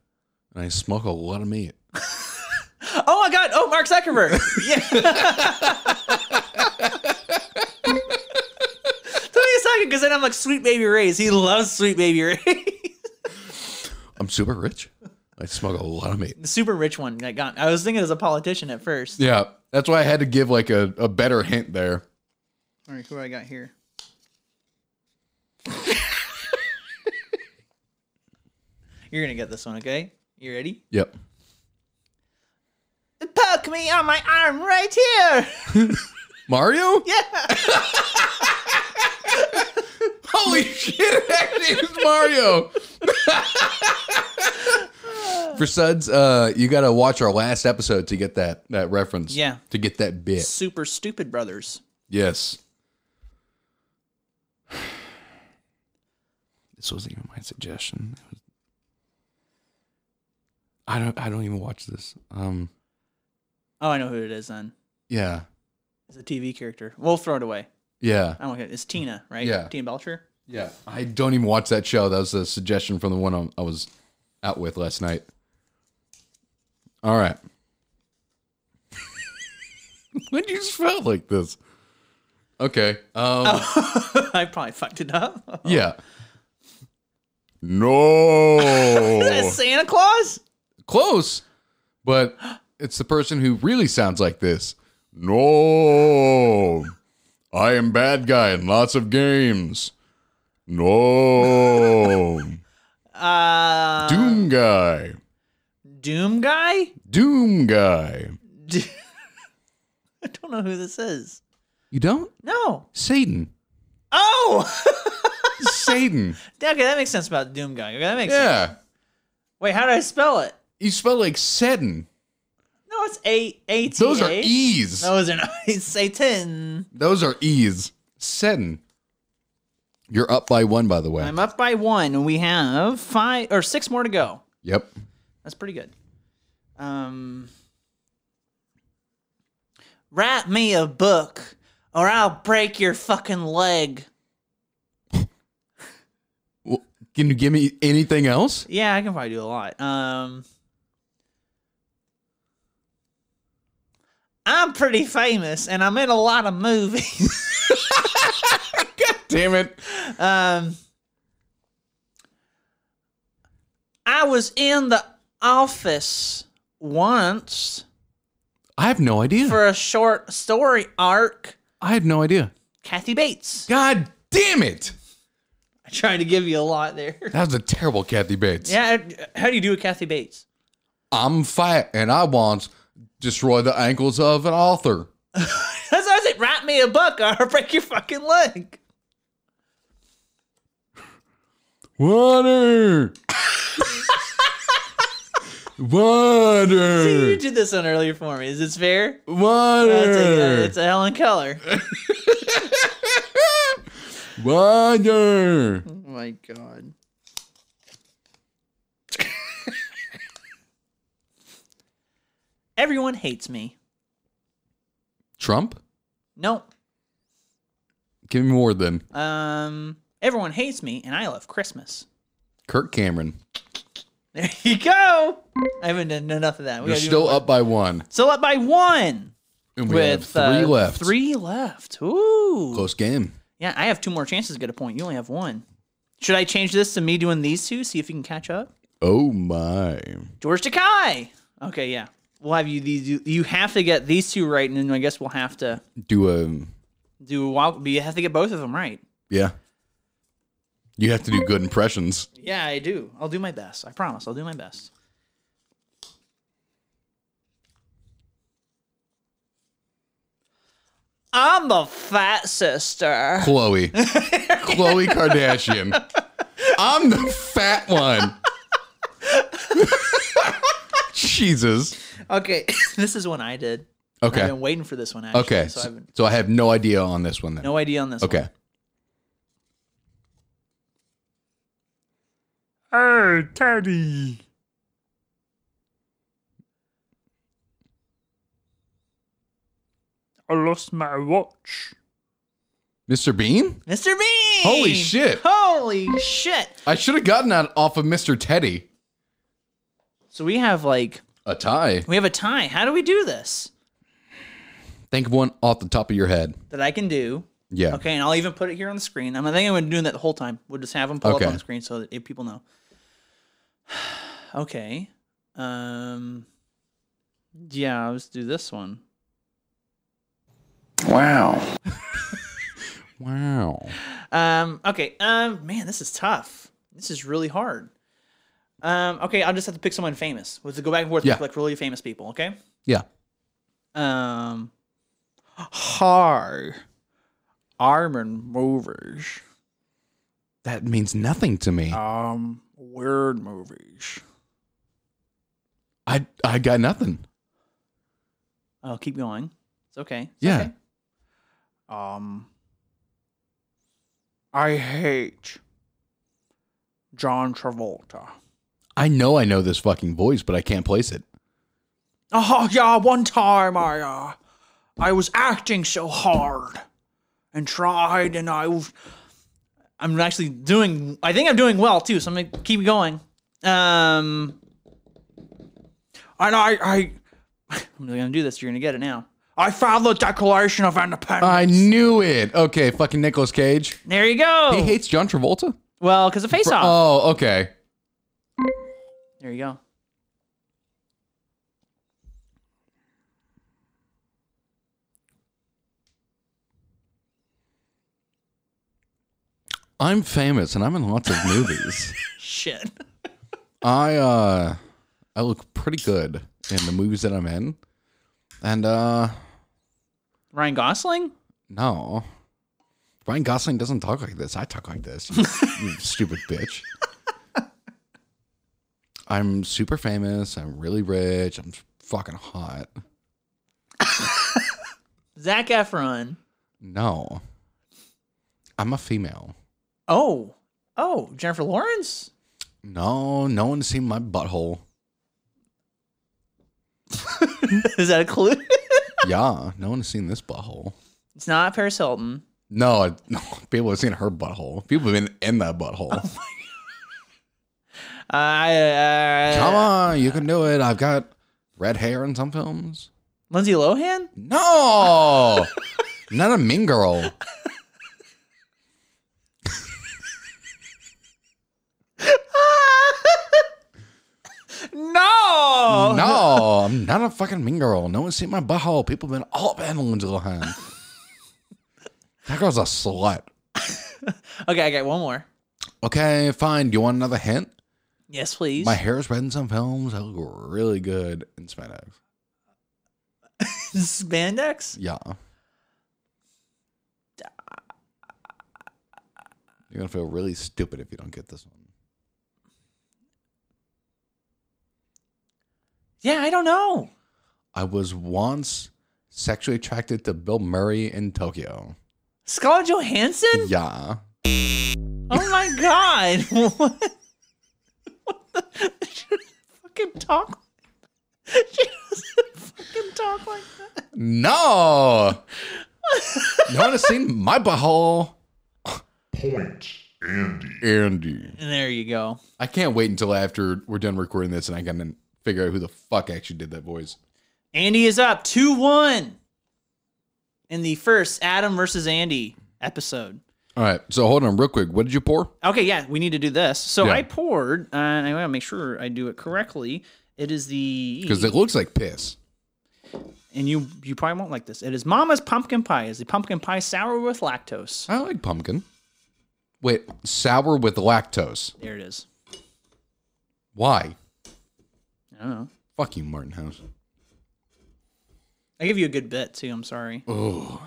and I smoke a lot of meat.
oh my God. Oh, Mark Zuckerberg. yeah. Took me a second because then I'm like, sweet baby Ray's. He loves sweet baby Ray.
I'm super rich. I smoke a lot of meat.
the super rich one. Like, got, I was thinking as a politician at first.
Yeah. That's why I had to give like a, a better hint there.
All right, who I got here? You're gonna get this one, okay? You ready?
Yep.
Poke me on my arm right here.
Mario?
Yeah.
Holy shit, it actually is Mario. For suds, uh, you gotta watch our last episode to get that that reference.
Yeah.
To get that bit.
Super stupid brothers.
Yes. This wasn't even my suggestion. It was- I don't. I don't even watch this. Um.
Oh, I know who it is then.
Yeah.
It's a TV character. We'll throw it away.
Yeah.
I don't care. It's Tina, right?
Yeah.
Tina Belcher.
Yeah. I don't even watch that show. That was a suggestion from the one I- I was out with last night. All right. when you spell like this? Okay. Um.
I probably fucked it up.
Yeah. No.
That's Santa Claus?
Close, but it's the person who really sounds like this. No. I am bad guy in lots of games. No.
Uh,
Doom guy.
Doom guy?
Doom guy.
D- I don't know who this is.
You don't?
No.
Satan.
Oh!
Satan.
Yeah, okay, that makes sense about Doom guy. Okay, that makes sense.
Yeah.
Wait, how do I spell it?
You spell like Seddon.
No, it's A A T.
Those are E.
A.
E's.
Those are not. It's Satan.
Those are E's. Seddon. You're up by one, by the way.
I'm up by one. We have five or six more to go.
Yep.
That's pretty good. Um, write me a book, or I'll break your fucking leg.
Well, can you give me anything else?
Yeah, I can probably do a lot. Um, I'm pretty famous, and I'm in a lot of movies.
Damn it.
um, I was in the office once.
I have no idea.
for a short story arc.
I have no idea.
Kathy Bates.
God damn it!
I tried to give you a lot there.
That was a terrible Kathy Bates.
yeah, uh, how do you do with Kathy Bates?
I'm fat and I once destroyed the ankles of an author.
That's why I said, write me a book or break your fucking leg.
Water!
You
Water!
did this one earlier for me. Is this fair? That's a,
Water!
Uh, it's a Helen Keller.
Water!
Oh my god. Everyone hates me.
Trump?
No.
Give me more than
Um everyone hates me and I love Christmas.
Kirk Cameron.
There you go. I haven't done enough of that. We
You're
gotta do
still
more.
up by one.
still up by one.
And we have
With
three
uh,
left.
Three left. Ooh.
Close game.
Yeah, I have two more chances to get a point. You only have one. Should I change this to me doing these two? See if you can catch up.
Oh my.
George Takai. Okay, yeah. We'll have you these. You, you have to get these two right, and then I guess we'll have to
Do a.
do. a wild- You have to get both of them right.
Yeah. You have to do good impressions.
Yeah, I do. I'll do my best. I promise. I'll do my best. I'm the fat sister.
Chloe. Chloe Kardashian. I'm the fat one. Jesus.
Okay, this is one I did. I've
Okay.
been waiting for this one. Actually,
Okay.
so I've been,
So I have no idea on this one then.
no idea on this.
Okay.
Oh, Teddy. I lost my watch.
Mr. Bean?
one. Mr. Bean.
Holy shit.
Holy shit.
I should have gotten that off of Mr. Teddy.
So we have like
A tie.
we have a tie. How do we do this?
Think of one off the top of your head.
That I can do.
Yeah.
Okay, and I'll even put it here on the screen. I'm I think I'm gonna do that the whole time. We'll just have them pull
Okay.
up on the screen so that if people know. okay. Um. Yeah, let's do this one.
Wow.
Um. Okay. Um. Man, this is tough. This is really hard. Um. Okay, I'll just have to pick someone famous. We'll have to go back and forth
Yeah.
with like really famous people. Okay.
Yeah.
Um, Har Armin movies.
That means nothing to me.
Um, weird movies.
I I got nothing.
Oh, keep going. It's okay. It's
Yeah.
okay. Um, I hate John Travolta.
I know I know this fucking voice, but I can't place it.
Oh yeah, one time I uh, I was acting so hard and tried, and I was. I'm actually doing. I think I'm doing well too, so I'm gonna keep going. Um, and I, I, I'm gonna do this. You're gonna get it now. I filed the Declaration of Independence.
I knew it. Okay, fucking Nicolas Cage.
there you go.
He hates John Travolta?
well, because of Face
For-
Off.
oh, okay.
there you go.
I'm famous and I'm in lots of movies.
Shit.
I uh I look pretty good in the movies that I'm in. And uh
Ryan Gosling.
no. Ryan Gosling doesn't talk like this. I talk like this. You, you stupid bitch. I'm super famous. I'm really rich. I'm fucking hot.
Zach Efron.
No. I'm a female.
Oh, oh, Jennifer Lawrence.
No, no one's seen my butthole.
Is that a clue?
yeah, no one's seen this butthole.
it's not Paris Hilton.
No, I, no, people have seen her butthole. People have been in that butthole.
I, uh,
Come on, you can do it. I've got red hair in some films.
Lindsay Lohan?
No, not a mean girl.
no.
Oh, No, I'm I'm not a fucking mean girl. No one's seen my butthole. People have been all up in Lindsay That girl's a slut.
Okay, I got one more.
Okay, fine. Do you want another hint?
Yes, please.
My hair is red in some films. I look really good in spandex.
Spandex?
Yeah. You're gonna feel really stupid if you don't get this one.
Yeah, I don't know.
I was once sexually attracted to Bill Murray in Tokyo.
Scarlett Johansson?
Yeah.
Oh my god. what? what the? She doesn't fucking talk. She doesn't fucking talk like that.
No. you want to see my butthole,
Point, Andy.
Andy?
And there you go.
I can't wait until after we're done recording this and I can figure out who the fuck actually did that voice.
Andy is up 2 1 in the first Adam versus Andy episode.
All right. So hold on, real quick. What did you pour?
Okay, yeah, we need to do this. So
Yeah.
I poured, uh, and I want to make sure I do it correctly. It is the
Because it looks like piss.
and you you probably won't like this. It is Mama's pumpkin pie. Is the pumpkin pie sour with lactose?
I like pumpkin. Wait, sour with lactose.
There it is.
Why?
I don't know.
Fuck you, Martin House.
I give you a good bit too. I'm sorry.
Oh.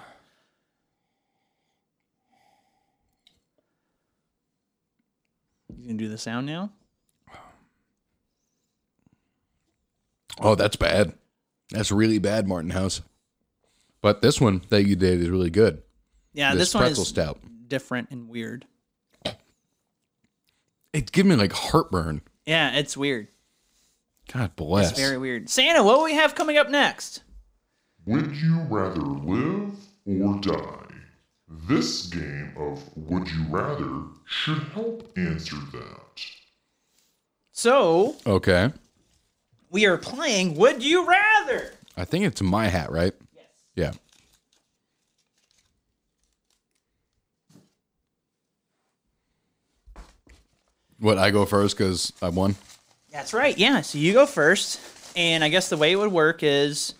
You can do the sound now.
Oh, that's bad. That's really bad, Martin House. But this one that you did is really good.
Yeah,
this,
this, one
pretzel
is
stout.
different and weird.
It's giving me like heartburn.
Yeah, it's weird.
God bless.
It's very weird. Santa, what we have coming up next?
Would you rather live or die? This game of Would You Rather should help answer that.
So
okay.
we are playing. Would you rather?
I think it's my hat, right? Yes. Yeah. What I go first because I won.
That's right. Yeah. So you go first. And I guess the way it would work is,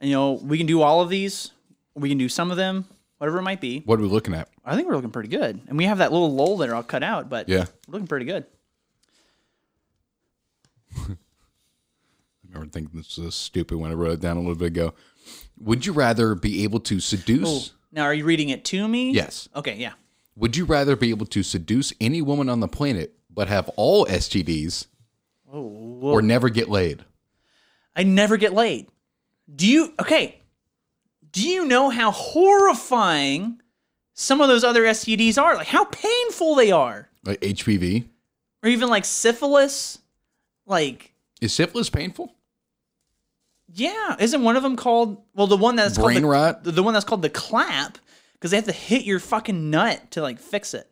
you know, we can do all of these. We can do some of them, whatever it might be.
What are we looking at?
I think we're looking pretty good. And we have that little lull there all cut out, but
Yeah.
we're looking pretty good.
I remember thinking this was stupid when I wrote it down a little bit ago. Would you rather be able to seduce?
Now, are you reading it to me?
Yes.
Okay. Yeah.
Would you rather be able to seduce any woman on the planet but have all STDs
Oh,
or never get laid?
I never get laid. Do you, okay. Do you know how horrifying some of those other STDs are? Like how painful they are?
Like HPV?
Or even like syphilis? Like,
Is syphilis painful?
Yeah, isn't one of them called? Well, the one that's
Brain
called the,
rot?
The, the one that's called the clap because they have to hit your fucking nut to like fix it.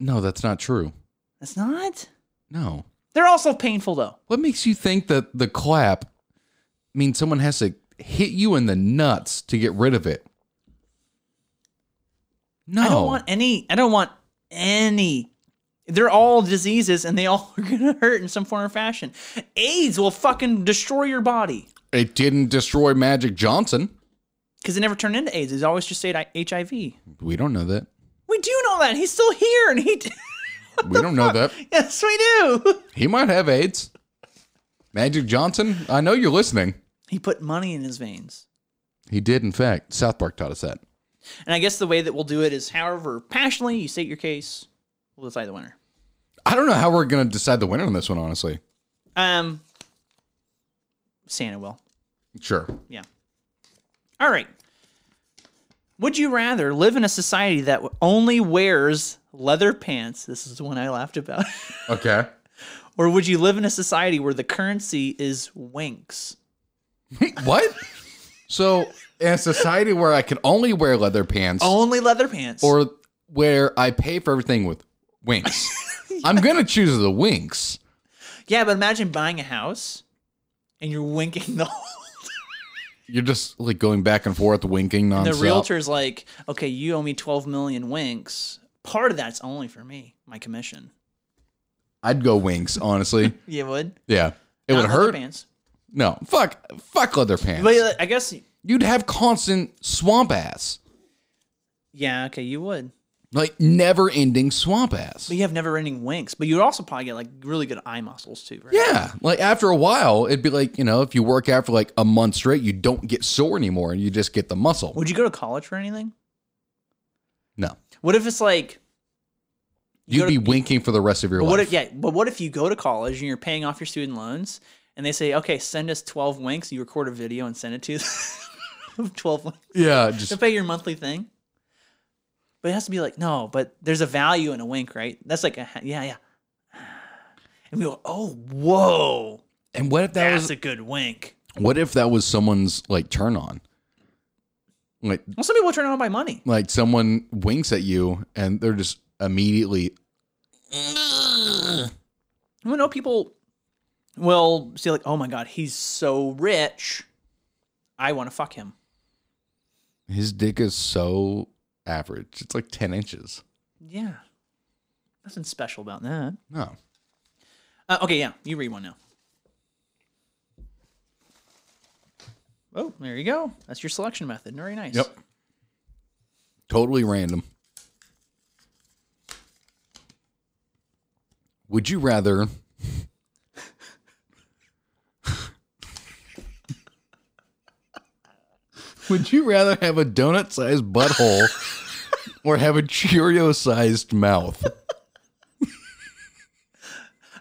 No, that's not true.
That's not.
No.
They're also painful though.
What makes you think that the clap means someone has to hit you in the nuts to get rid of it? No.
I don't want any. I don't want any. They're all diseases and they all are gonna hurt in some form or fashion. AIDS will fucking destroy your body
it didn't destroy Magic Johnson.
because it never turned into AIDS. It's always just stayed I- HIV. We
We don't know that.
do know that he's still here and he.
We don't know that.
yes, we do.
He might have AIDS. Magic Johnson, I know you're listening.
He put money in his veins.
He did, in fact. South Park taught us that.
And I guess the way that we'll do it is however passionately you state your case, we'll decide the winner.
I don't know how we're going to decide the winner on this one, honestly.
Um Santa will.
Sure.
Yeah. All right. Would you rather live in a society that only wears leather pants? This is the one I laughed about.
Okay.
or would you live in a society where the currency is winks?
what? So, in a society where I can only wear leather pants
Only leather pants.
or where I pay for everything with winks, I'm going to choose the winks.
yeah, but imagine buying a house and you're winking the whole
You're just like going back and forth, winking nonstop.
the realtor's like, okay, you owe me 12 million winks. Part of that's only for me, my commission.
I'd go winks, honestly.
You would?
yeah. It would
Not leather
hurt.
Pants.
No, fuck, fuck leather pants.
But uh, I guess,
You'd have constant swamp ass,
yeah, okay, you would.
like never ending swamp ass.
But you have never-ending winks. But you'd also probably get like really good eye muscles too, right?
Yeah, like after a while, it'd be like you know, if you work out for like a month straight, you don't get sore anymore, and you just get the muscle.
Would you go to college for anything?
No,
What if it's like
you'd
go to-
be winking for the rest of your
But
life.
what if yeah? But what if you go to college and you're paying off your student loans, and they say, okay, send us twelve winks. You record a video and send it to them of twelve winks
yeah,
to
just
pay your monthly thing. But it has to be like no, but there's a value in a wink, right? That's like a ha- yeah, yeah. And we go, oh, whoa,
and what if that
that's
was
a good wink.
what if that was someone's like turn on, like
Well, some people turn it on by money.
like someone winks at you and they're just immediately
You know, people will say like, oh my god, he's so rich, I want to fuck him.
his dick is so average. It's like ten inches.
Yeah, nothing special about that.
No,
Uh, okay, yeah, you read one now. Oh, there you go. That's your selection method. Very nice.
Yep. totally random. Would you rather? Would you rather have a donut sized butthole or have a Cheerio sized mouth?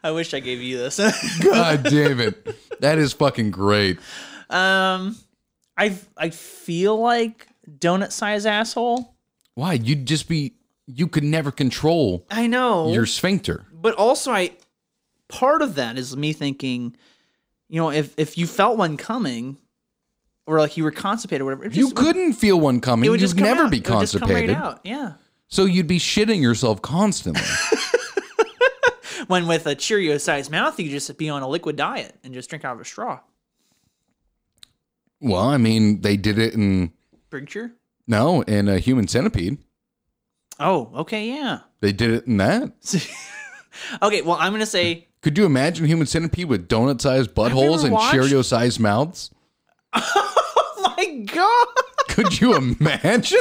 I wish I gave you this.
God damn it. That is fucking great.
um, I I feel like donut size asshole.
Why? You'd just be, you could never control
I know.
your sphincter.
but also, I part of that is me thinking, you know, if if you felt one coming, or like you were constipated, or whatever, it
You
just-
couldn't feel one coming.
It would
You'd
just come
never
out.
be
It would just come right
constipated.
out. Yeah.
so you'd be shitting yourself constantly.
When with a Cheerio sized mouth, you just be on a liquid diet and just drink out of a straw.
well, I mean, they did it in,
Picture?
no, in a human centipede.
Oh, okay, yeah.
They did it in that.
okay, well, I'm gonna say
Could you imagine human centipede with donut sized buttholes and
watched-
Cheerio sized mouths?
Oh my god!
Could you imagine?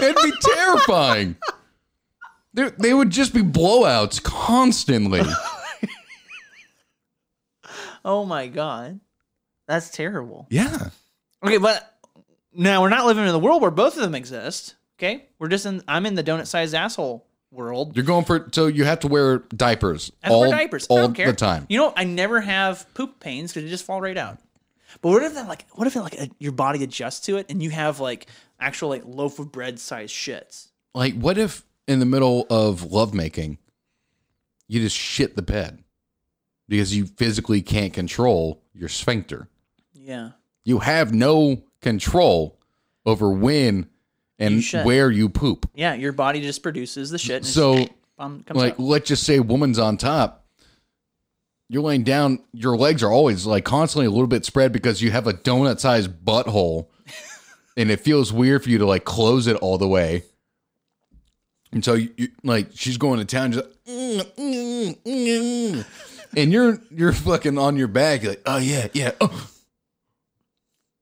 It'd be terrifying. There, they would just be blowouts constantly.
Oh my god. That's terrible.
Yeah.
Okay, but now we're not living in the world where both of them exist. Okay? We're just in I'm in the donut sized asshole world.
You're going for so you have to wear diapers
I don't
all
wear diapers.
all
I don't care.
the time.
You know, I never have poop pains because they just fall right out. But what if that like what if it like a, your body adjusts to it and you have like actual like loaf of bread sized shits?
Like what if in the middle of lovemaking you just shit the bed because you physically can't control your sphincter.
Yeah.
You have no control over when and
You shit.
where you poop.
Yeah, your body just produces the shit and so,
So
um, comes
like
out.
let's just say woman's on top you're laying down your legs are always like constantly a little bit spread because you have a donut sized butthole and it feels weird for you to like close it all the way and so you, you like she's going to town just mm, mm, mm, and you're you're fucking on your back you're like oh yeah yeah oh,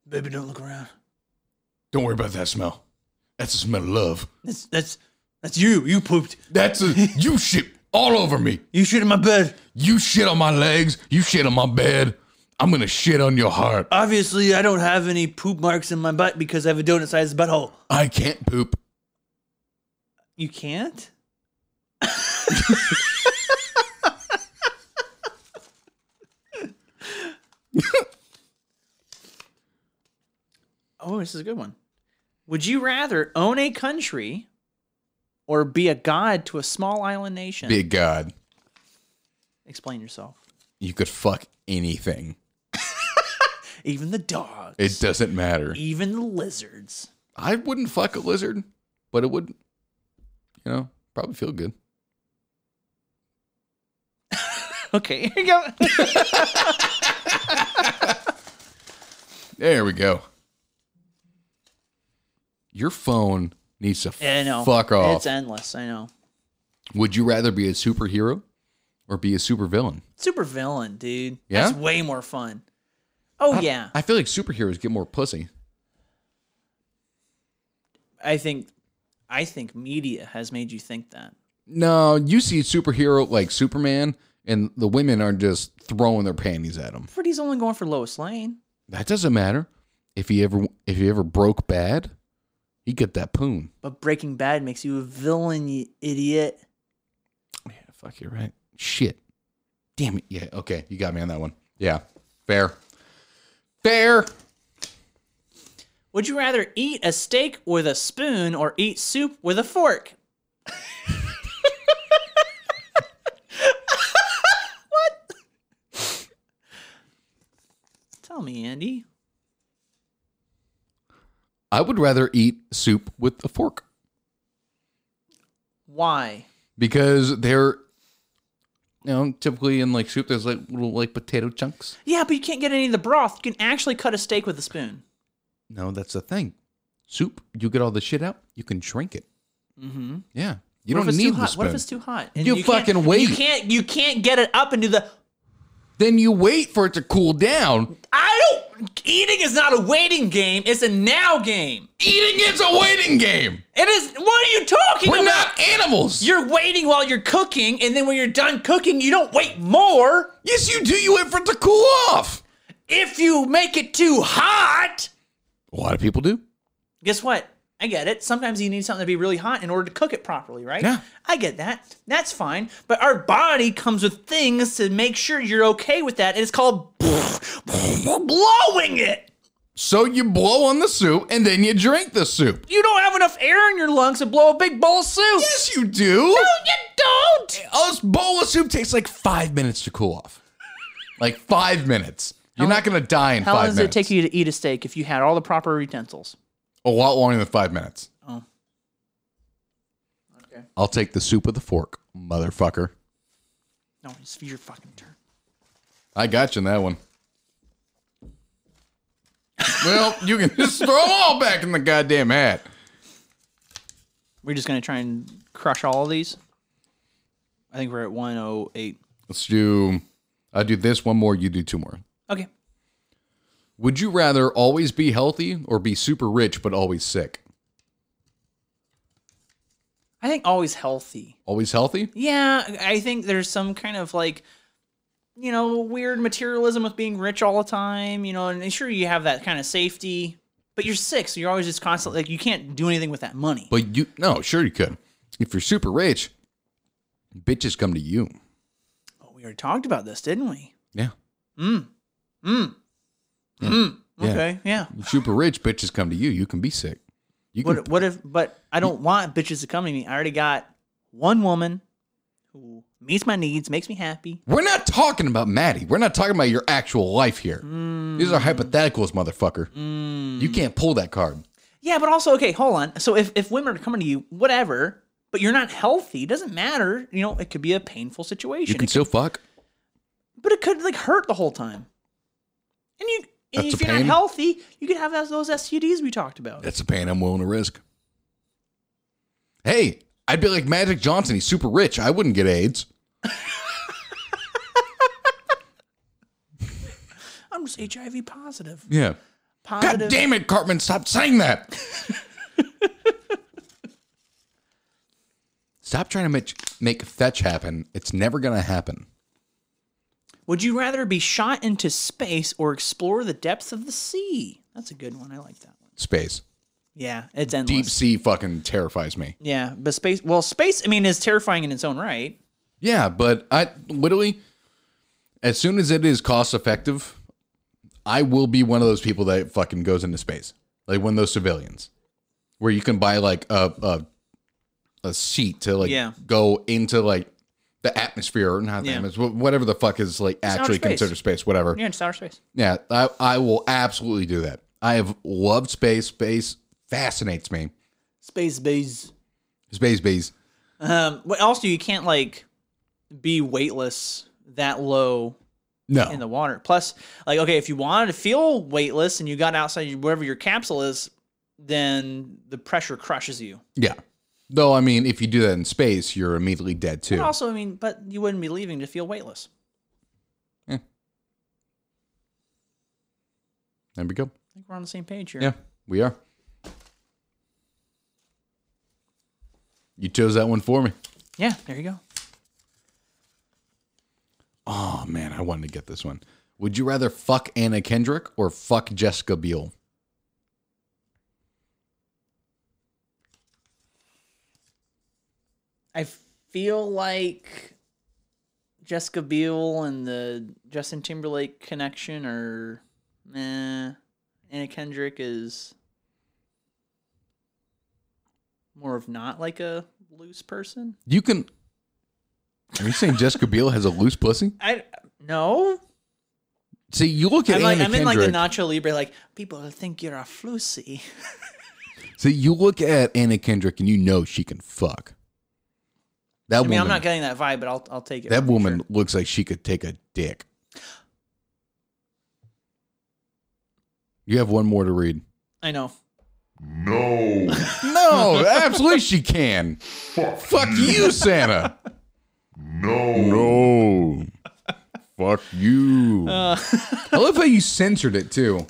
Baby, don't look around.
don't worry about that smell that's the smell of love
That's that's that's you. You pooped.
that's a you shit all over me
You shit in my bed.
You shit on my legs. You shit on my bed. I'm gonna shit on your heart.
Obviously, I don't have any poop marks in my butt because I have a donut-sized butthole.
I can't poop.
You can't. oh, this is a good one. Would you rather own a country or be a god to a small island nation?
Big God,
Explain yourself.
you could fuck anything.
Even the dogs.
It doesn't matter.
even the lizards.
I wouldn't fuck a lizard, but it would, you know, probably feel good.
Okay, here you go.
There we go. Your phone needs to
Yeah, I know.
fuck off.
It's endless. I know.
would you rather be a superhero or be a supervillain?
Super villain, dude.
Yeah?
That's way more fun. Oh yeah,
I feel like superheroes get more pussy.
I think, I think media has made you think that.
No, you see superhero like Superman, and the women are just throwing their panties at him.
But he's only going for Lois Lane.
That doesn't matter. If he ever if he ever broke bad, he get that poon.
But Breaking Bad makes you a villain, you idiot.
Yeah, fuck, you're right. Shit. Damn it. Yeah, okay, you got me on that one. Yeah, fair, fair.
Would you rather eat a steak with a spoon or eat soup with a fork? what? Tell me, Andy.
I would rather eat soup with a fork
Why?
because they're, you know, typically in like soup there's like little like potato chunks.
Yeah, but you can't get any of the broth. You can actually cut a steak with a spoon.
No, that's the thing. Soup, you get all the shit out, you can shrink it.
Mm-hmm.
Yeah, you
what if
don't
it's
need
too
the
hot? What
spoon.
if it's too hot? And
You
can't-
fucking wait.
You can't. You can't get it up and do the.
then you wait for it to cool down.
I don't. Eating is not a waiting game. It's a now game.
Eating is a waiting game.
It is. What are you talking
We're
about?
not animals.
You're waiting while you're cooking, and then when you're done cooking, you don't wait more.
yes, you do. You wait for it to cool off.
If you make it too hot,
A lot of people do.
guess what? I get it. Sometimes you need something to be really hot in order to cook it properly, right?
Yeah.
I get that. That's fine. But our body comes with things to make sure you're okay with that. And it's called blowing it.
So you blow on the soup and then you drink the soup.
You don't have enough air in your lungs to blow a big bowl of soup.
Yes, you do.
No, you don't.
Us bowl of soup takes like five minutes to cool off. Like five minutes. You're not gonna die in
How
five
long does
minutes.
it take you to eat a steak if you had all the proper utensils?
A lot longer than five minutes.
Oh.
Okay. I'll take the soup with the fork, motherfucker.
No, it's your fucking turn.
I got you in that one. well, you can just throw 'em all back in the goddamn hat.
We're just gonna try and crush all of these. I think we're at 108.
Let's do. I do this one more. You do two more.
Okay.
Would you rather always be healthy or be super rich but always sick?
I think always healthy.
Always healthy?
Yeah, I think there's some kind of like, you know, weird materialism with being rich all the time. You know, and sure you have that kind of safety, but you're sick, so you're always just constantly like you can't do anything with that money.
But you no, sure you could. If you're super rich, bitches come to you.
Oh, we already talked about this, didn't we?
Yeah.
Mm. Mm. Mm. Okay. Yeah.
You're super rich, bitches come to you. You can be sick. You can
What, what if? But I don't want bitches to come to me. I already got one woman who meets my needs, makes me happy.
We're not talking about Maddie. We're not talking about your actual life here. These are hypotheticals, motherfucker. You can't pull that card.
Yeah, but also okay, hold on. So if if women are coming to you, whatever, but you're not healthy, doesn't matter. You know, it could be a painful
You
situation.
can
It-
still fuck.
but it could like hurt the whole time. And you and
That's
if
a
you're
pain.
not healthy, you could have those, those STDs we talked about.
That's a pain I'm willing to risk. Hey, I'd be like Magic Johnson. He's super rich. I wouldn't get AIDS.
I'm just HIV positive.
Yeah. God
Positive.
damn it, Cartman, stop saying that. stop trying to make, make fetch happen. It's never going to happen.
Would you rather be shot into space or explore the depths of the sea? That's a good one. I like that one.
Space.
Yeah, it's
Deep
endless.
sea fucking terrifies me.
Yeah, but space. Well, space. I mean, is terrifying in its own right.
Yeah, but I literally, as soon as it is cost effective, I will be one of those people that fucking goes into space, like one of those civilians, where you can buy like a a, a seat to like
Yeah.
go into like the atmosphere or not the
Yeah.
atmosphere, wh- whatever the fuck is like
outer
actually
space.
considered space, whatever.
Yeah, it's outer space.
Yeah, I, I will absolutely do that. I have loved space. Space fascinates me.
Space base.
Space bees.
Um, what also you can't like be weightless that low
No.
in the water. Plus, like okay, if you wanted to feel weightless and you got outside your- wherever your capsule is, then the pressure crushes you.
yeah. Though I mean, if you do that in space, you're immediately dead too.
But also, I mean, but you wouldn't be leaving to feel weightless.
There we go.
I think we're on the same page here.
Yeah, we are. You chose that one for me.
Yeah, there you go.
Oh man, I wanted to get this one. Would you rather fuck Anna Kendrick or fuck Jessica Biel?
I feel like Jessica Biel and the Justin Timberlake connection are eh. Anna Kendrick is more of not like a loose person.
You can. Are you saying Jessica Biel has a loose pussy?
I no.
See, you look at
I'm, like,
Anna
I'm in like
Kendrick.
the Nacho Libre, like people think you're a floozy.
See, you look at Anna Kendrick and you know she can fuck. That
I
woman.
mean, I'm not getting that vibe, but I'll I'll take it.
that
for
woman
sure.
looks like she could take a dick. You have one more to read.
I know.
No.
No, absolutely she can.
Fuck,
Fuck you, Santa.
No.
No. Fuck you.
Uh,
I love how you censored it too.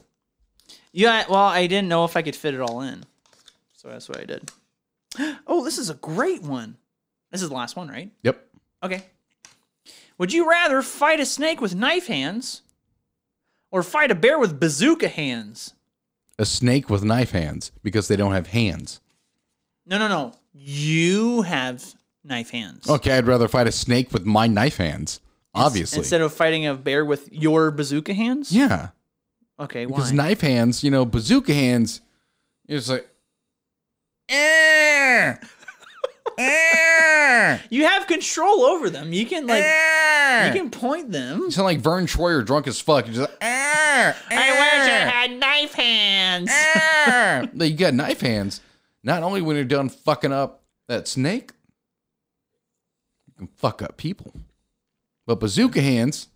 yeah. Well, I didn't know if I could fit it all in, so that's what I did. Oh, this is a great one. This is the last one, right?
Yep.
Okay. Would you rather fight a snake with knife hands or fight a bear with bazooka hands?
A snake with knife hands because they don't have hands.
No, no, no. You have knife hands.
Okay, I'd rather fight a snake with my knife hands. Obviously.
Instead of fighting a bear with your bazooka hands?
yeah.
Okay, why?
Because knife hands, you know, bazooka hands, it's like, eh, eh,
you have control over them. You can like
eh.
you can point them.
You sound like Vern Troyer drunk as fuck. You're just like, eh, eh,
had knife hands.
eh. No, you got knife hands. Not only when you're done fucking up that snake, you can fuck up people. But bazooka hands,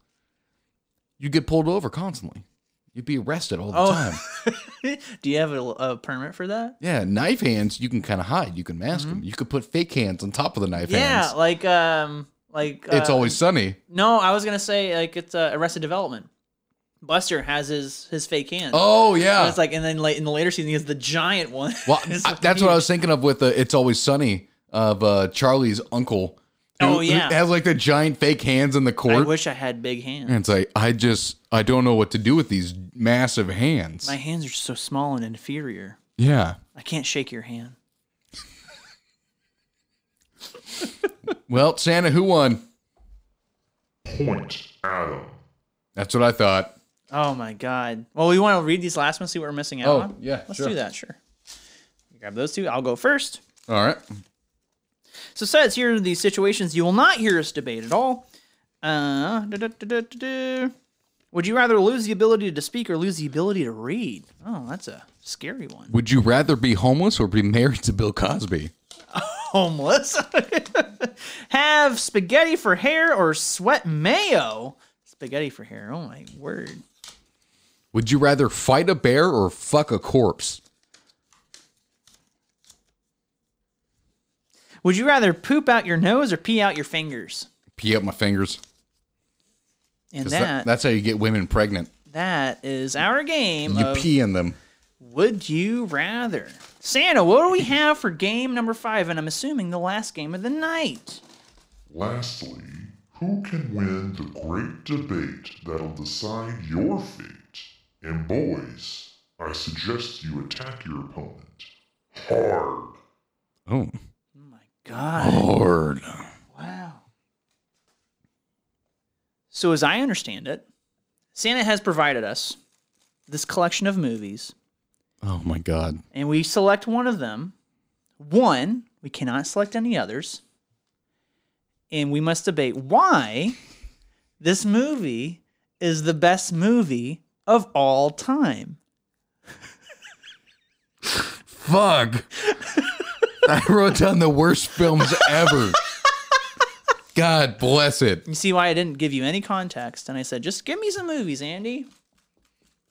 you get pulled over constantly. You'd be arrested all the
Oh.
time.
Do you have a, a permit for that?
Yeah, knife hands you can kind of hide. You can mask them. You could put fake hands on top of the knife
Mm-hmm. Yeah,
hands.
like um like
It's
uh,
always sunny.
No, I was gonna say like it's uh, Arrested Development. Buster has his his fake hand.
Oh
And
yeah.
it's like, and then like in the later season, he has the giant one.
well,
It's
I-
like
that's what I
huge.
was thinking of with uh, "It's Always Sunny" of uh, Charlie's uncle.
Oh, yeah.
has like the giant fake hands in the
I
court.
wish I had big hands.
and it's like I just I don't know what to do with these massive hands.
My hands are so small and inferior.
yeah.
I can't shake your hand.
Well, Santa, who won?
Point Adam.
That's what I thought.
Oh my god. Well, we want to read these last ones, see what we're missing out
Oh,
on.
yeah,
let's
sure.
do that. Sure. Grab those two. I'll go first.
All right.
So it says here are the situations you will not hear us debate at all. Uh, da-da-da-da-da-da. Would you rather lose the ability to speak or lose the ability to read? Oh, that's a scary one.
Would you rather be homeless or be married to Bill Cosby?
homeless. Have spaghetti for hair or sweat mayo? Spaghetti for hair. Oh my word.
Would you rather fight a bear or fuck a corpse?
Would you rather poop out your nose or pee out your fingers?
Pee up my fingers.
And
'Cause
that,
that- that's how you get women pregnant.
that is our game
You
of
pee in them.
Would You Rather. Santa, what do we have for game number five? And I'm assuming the last game of the night.
Lastly, who can win the great debate that'll decide your fate? And boys, I suggest you attack your opponent hard.
Oh.
God.
Lord.
Wow. So, as I understand it, Santa has provided us this collection of movies,
Oh my God.
and we select one of them. One, we cannot select any others, and we must debate why this movie is the best movie of all time.
Fuck. I wrote down the worst films ever. God bless it.
You see why I didn't give you any context, and I said, just give me some movies, Andy.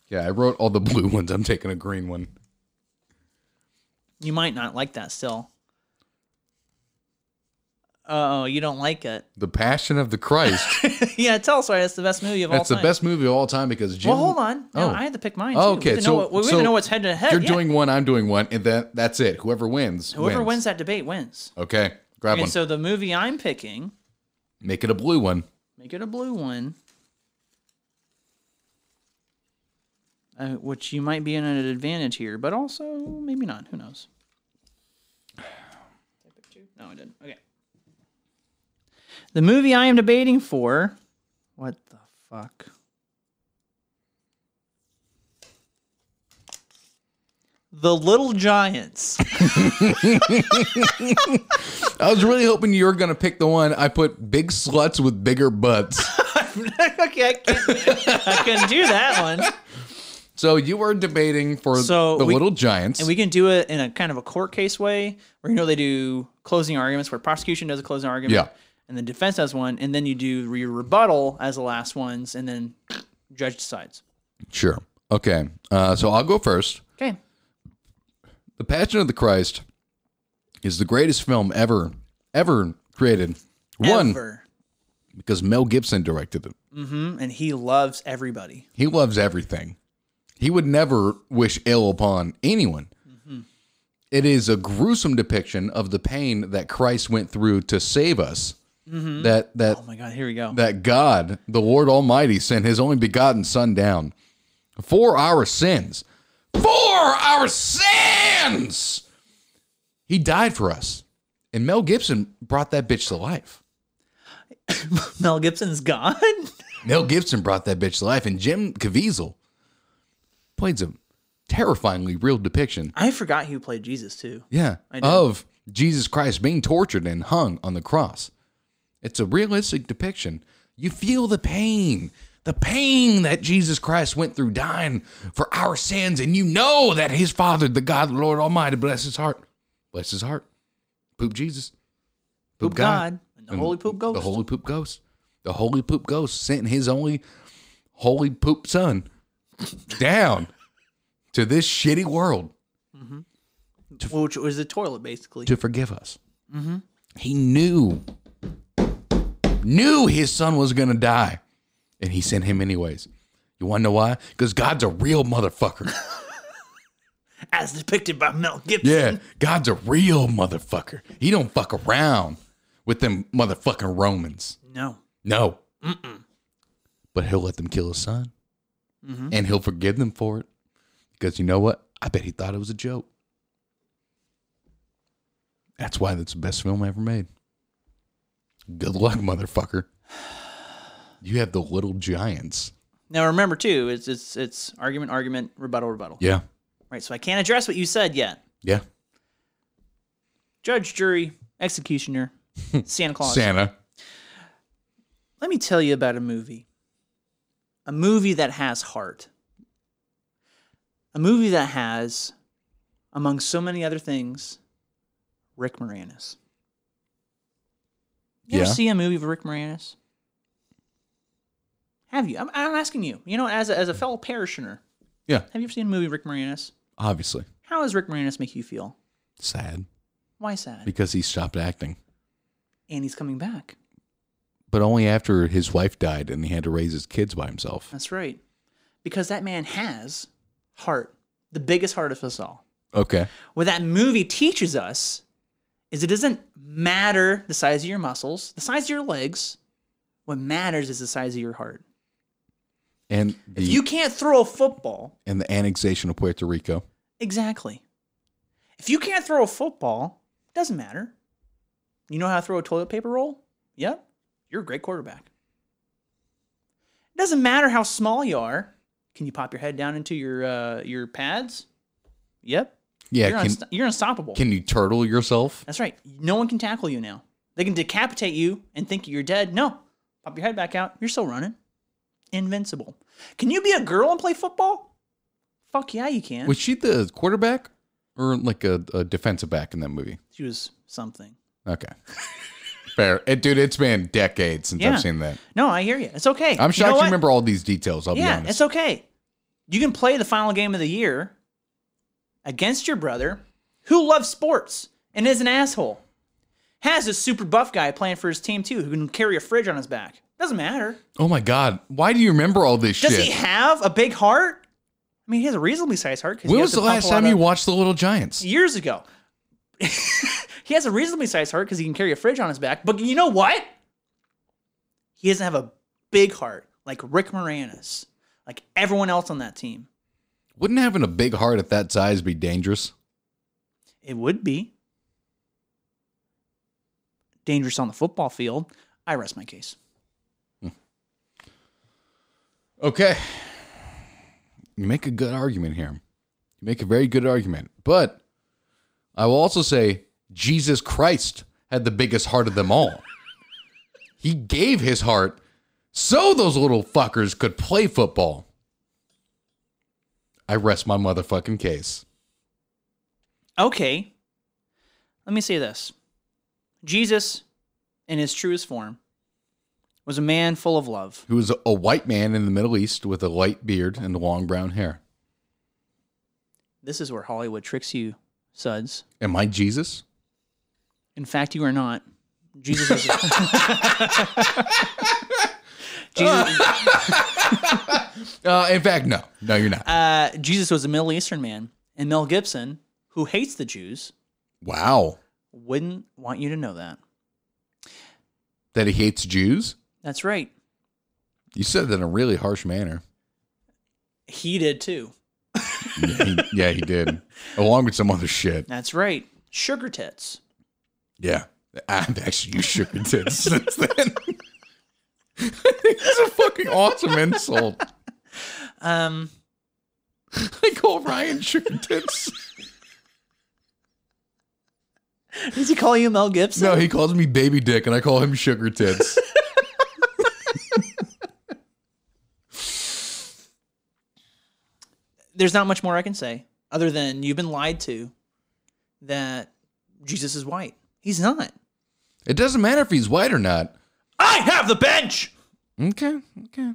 Yeah, I wrote all the blue ones. I'm taking a green one.
You might not like that still. Oh, you don't like it?
The Passion of the Christ.
yeah, tell us why that's the best movie of
That's the
all time.
best movie of all time because Jim.
Well, hold on. No,
Oh.
I had to pick mine. Too.
Oh,
We
okay,
have to
so-
know, what- we have
so
to know what's head to head.
You're
yeah.
doing one, I'm doing one, and that that's it. Whoever wins.
whoever wins. that debate wins.
Okay, grab
Okay,
one.
so the movie I'm picking,
Make it a blue one.
make it a blue one, uh, which you might be in an advantage here, but also maybe not. Who knows? Did I pick two? No, I didn't. Okay. The movie I am debating for. What the fuck? The Little Giants.
I was really hoping you were gonna pick the one I put big sluts with bigger butts.
okay, I, can't, I couldn't do that one.
so you were debating for
So
the
we-
little giants.
And we can do it in a kind of a court case way, where you know they do closing arguments, where prosecution does a closing argument,
Yeah.
and the defense has one, and then you do your rebuttal as the last ones, and then judge decides.
sure. Okay. Uh, so I'll go first.
Okay.
The Passion of the Christ is the greatest film ever, ever created. One,
Ever.
because Mel Gibson directed it.
Mhm, And he loves everybody.
He loves everything. He would never wish ill upon anyone. It is a gruesome depiction of the pain that Christ went through to save us. That that
Oh my God, here we go.
that God, the Lord Almighty, sent his only begotten Son down for our sins. For our sins! He died for us. And Mel Gibson brought that bitch to life.
Mel Gibson's gone.
Mel Gibson brought that bitch to life. And Jim Caviezel plays a terrifyingly real depiction.
I forgot who played Jesus too.
Yeah.
I know.
Of Jesus Christ being tortured and hung on the cross. It's a realistic depiction. You feel the pain, the pain that Jesus Christ went through dying for our sins. And you know that his Father, the God, the Lord Almighty, bless his heart. Bless his heart. Poop Jesus.
Poop God. And the Holy Poop Ghost.
The Holy Poop Ghost. The Holy Poop Ghost sent his only Holy Poop Son down to this shitty world.
Which was the toilet basically.
to forgive us. He knew, knew his son was gonna die, and he sent him anyways. You want to know why? Because God's a real motherfucker.
As depicted by Mel Gibson.
yeah, God's a real motherfucker. He don't fuck around with them motherfucking Romans.
No.
No. But he'll let them kill his son,
Mm-hmm.
and he'll forgive them for it. Because you know what? I bet he thought it was a joke. That's why that's the best film ever made. Good luck, motherfucker. You have the little giants.
Now remember too, it's it's it's argument, argument, rebuttal, rebuttal.
Yeah.
Right. So I can't address what you said yet.
Yeah.
judge, jury, executioner, Santa Claus.
Santa.
Let me tell you about a movie. A movie that has heart. A movie that has, among so many other things, Rick Moranis. You ever
Yeah.
see a movie of Rick Moranis? Have you? I'm, I'm asking you. You know, as a, as a fellow parishioner,
Yeah.
have you ever seen a movie of Rick Moranis?
Obviously.
How does Rick Moranis make you feel?
Sad
Why sad?
because he stopped acting,
and he's coming back.
but only after his wife died and he had to raise his kids by himself.
That's right. Because that man has heart, the biggest heart of us all.
Okay.
What that movie teaches us is it doesn't matter the size of your muscles, the size of your legs. What matters is the size of your heart.
And the,
If you can't throw a football,
and the annexation of Puerto Rico.
exactly. If you can't throw a football, it doesn't matter. You know how to throw a toilet paper roll? Yep. You're a great quarterback. It doesn't matter how small you are. Can you pop your head down into your uh, your pads? Yep.
Yeah,
you're,
can
unst- you're unstoppable.
can you turtle yourself?
That's right. No one can tackle you now. They can decapitate you and think you're dead. No. Pop your head back out. You're still running. Invincible. Can you be a girl and play football? Fuck yeah, you can.
Was she the quarterback or like a, a defensive back in that movie?
she was something.
Okay. Fair. It, dude, it's been decades since
Yeah.
I've seen that.
No, I hear you. It's okay.
I'm
know
shocked you,
what?
remember all these details, I'll
Yeah,
be honest.
it's okay. You can play the final game of the year against your brother who loves sports and is an asshole. has this super buff guy playing for his team too, who can carry a fridge on his back. Doesn't matter.
Oh my God. Why do you remember all this
Does
shit?
he have a big heart? I mean, he has a reasonably sized heart. 'cause he
when
has
was
to
the
pump
last
a lot
time you
of-
watched The Little Giants?
Years ago. he has a reasonably sized heart because he can carry a fridge on his back. But you know what? He doesn't have a big heart like Rick Moranis, like everyone else on that team.
Wouldn't having a big heart at that size be dangerous?
It would be dangerous on the football field. I rest my case.
Okay. You make a good argument here. You make a very good argument. But I will also say Jesus Christ had the biggest heart of them all. he gave his heart so those little fuckers could play football. I rest my motherfucking case.
Okay. Let me say this Jesus, in his truest form, was a man full of love.
Who is a white man in the Middle East with a light beard and long brown hair.
This is where Hollywood tricks you, suds.
Am I Jesus?
In fact, you are not. Jesus was. Jesus,
Uh, in fact, no. No, you're not.
uh, Jesus was a Middle Eastern man, and Mel Gibson, who hates the Jews,
Wow.
wouldn't want you to know that.
That he hates Jews?
That's right.
You said that in a really harsh manner.
He did too.
yeah, he, yeah, he did. Along with some other shit.
That's right. Sugar tits.
Yeah. I've actually used sugar tits since then. I think it's a fucking awesome insult.
Um,
I call Ryan sugar tits.
does he call you Mel Gibson?
No, he calls me baby dick and I call him sugar tits.
There's not much more I can say other than you've been lied to that Jesus is white. He's not.
It doesn't matter if he's white or not.
I have the bench.
Okay, okay.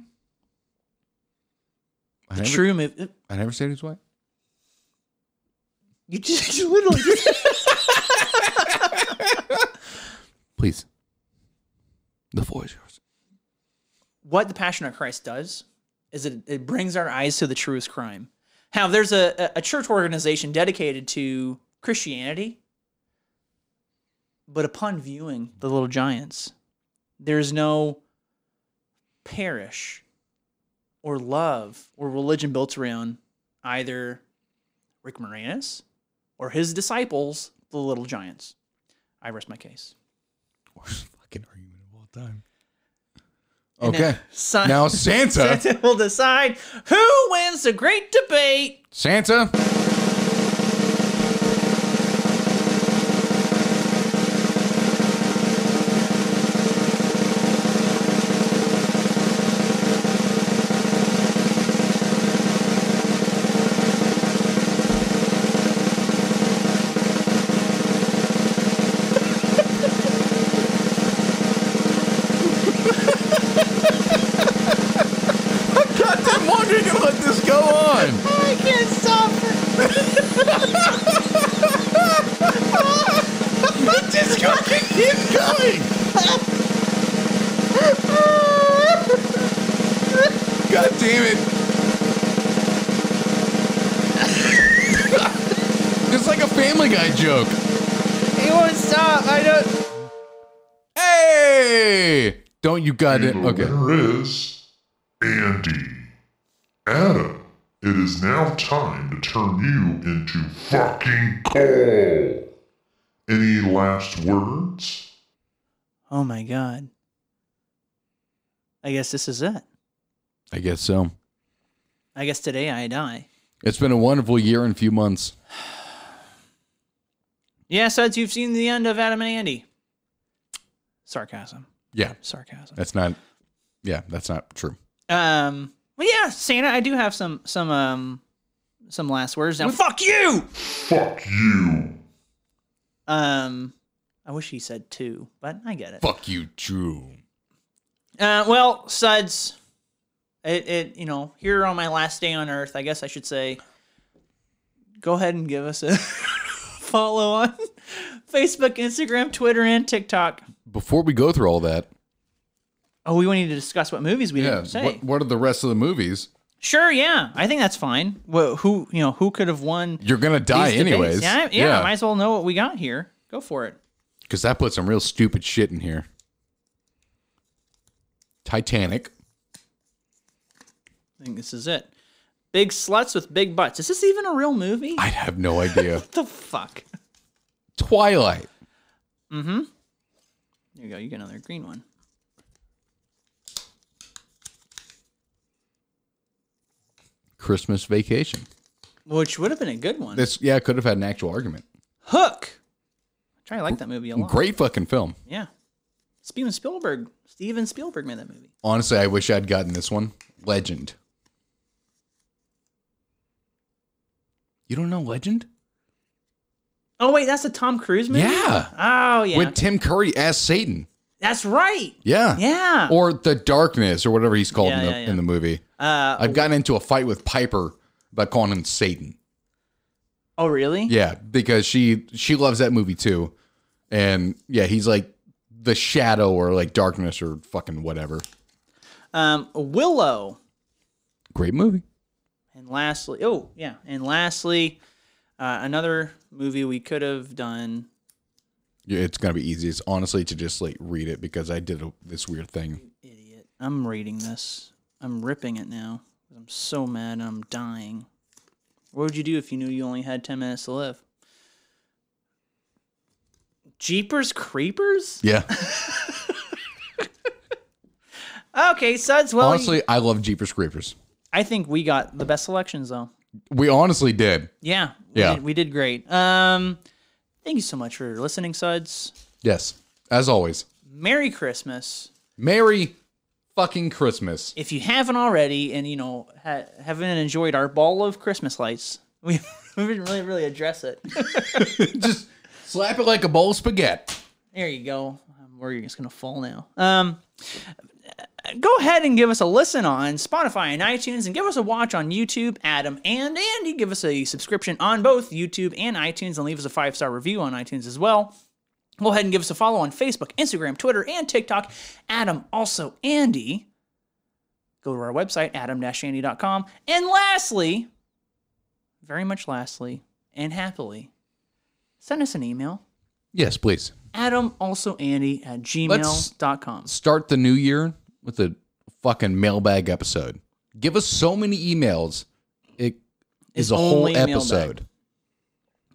I
The
never,
true move.
I never said he's white.
You just you literally.
Please. The floor is yours.
what the Passion of Christ does is it, it brings our eyes to the truest crime. How there's a, a- a church organization dedicated to Christianity, but upon viewing the little giants, there's no parish or love or religion built around either Rick Moranis or his disciples, the little giants. I rest my case.
Worst fucking argument of all time.
And
Okay.
Son-
Now Santa.
Santa will decide who wins the great debate.
Santa. I'm wondering to let this go on.
I can't stop.
It just fucking keeps going. God damn it. it's like a Family Guy joke.
He won't stop. I don't.
Hey! Don't you got it?
And the
Okay.
winner is Andy. Adam, it is now time to turn you into fucking coal. Any last words?
Oh my god. I guess this is it.
I guess so.
I guess today I die.
It's been a wonderful year and few months.
Yeah, Suds, you've seen the end of Adam and Andy. Sarcasm.
Yeah,
Sarcasm.
that's not. Yeah, that's not true.
Um. Well, yeah, Santa, I do have some some um some last words now. Fuck you.
Fuck you.
Um. I wish he said two, but I get it.
Fuck you, Drew.
Uh, well, suds, it, it you know here on my last day on Earth, I guess I should say, go ahead and give us a follow on Facebook, Instagram, Twitter, and TikTok.
Before we go through all that,
Oh, we need to discuss what movies we
yeah,
didn't say.
what, what are the rest of the movies?
Sure, yeah, I think that's fine. Well, who you know who could have won?
You're gonna die
these debates?
anyways.
Yeah, yeah, Might as well know what we got here. Go for it.
because that put some real stupid shit in here. Titanic.
I think this is it. Big sluts with big butts. Is this even a real movie?
I have no idea.
what the fuck?
Twilight.
There you go. You get another green one.
Christmas Vacation.
Which would have been a good one.
This yeah, could have had an actual argument.
Hook. I try to like that movie a lot.
Great fucking film.
Yeah. Steven Spielberg. Steven Spielberg made that movie.
Honestly, I wish I'd gotten this one. Legend. You don't know Legend?
Oh wait, that's a Tom Cruise movie.
Yeah.
Oh yeah.
With Tim Curry as Satan.
that's right.
Yeah.
Yeah.
Or the darkness or whatever he's called
Yeah,
in, the,
yeah, yeah.
in the movie.
uh,
I've gotten into a fight with Piper by calling him Satan.
oh really?
Yeah, because she she loves that movie too, and yeah, he's like the shadow or like darkness or fucking whatever.
Um, Willow.
Great movie.
And lastly, oh yeah, and lastly, uh, another movie we could have done.
Yeah, it's gonna be easy. It's honestly to just like read it because I did a, this weird thing.
Idiot. I'm reading this. I'm ripping it now. I'm so mad. I'm dying. What would you do if you knew you only had ten minutes to live? Jeepers creepers.
Yeah,
Okay, suds. Well,
honestly, I love Jeepers Creepers.
I think we got the best selections though.
We honestly did.
Yeah. we
Yeah.
did- We did, great. Um, thank you so much for listening, suds.
Yes, as always.
Merry Christmas.
Merry fucking Christmas.
if you haven't already, and you know ha- haven't enjoyed our ball of Christmas lights, we, we didn't really really address it.
just slap it like a bowl of spaghetti.
there you go. Um, Where you're just gonna fall now. Um, go ahead and give us a listen on Spotify and iTunes, and give us a watch on YouTube. Adam and Andy, give us a subscription on both YouTube and iTunes, and leave us a five star review on iTunes as well. Go ahead and give us a follow on Facebook, Instagram, Twitter, and TikTok. Adam, also Andy. Go to our website, adam-andy.com. And lastly, very much lastly, and happily, send us an email,
Yes, please.
adam also andy at gmail.com.
start the new year with a fucking mailbag episode. Give us so many emails. It
It's
is a whole
only mailbag.
episode.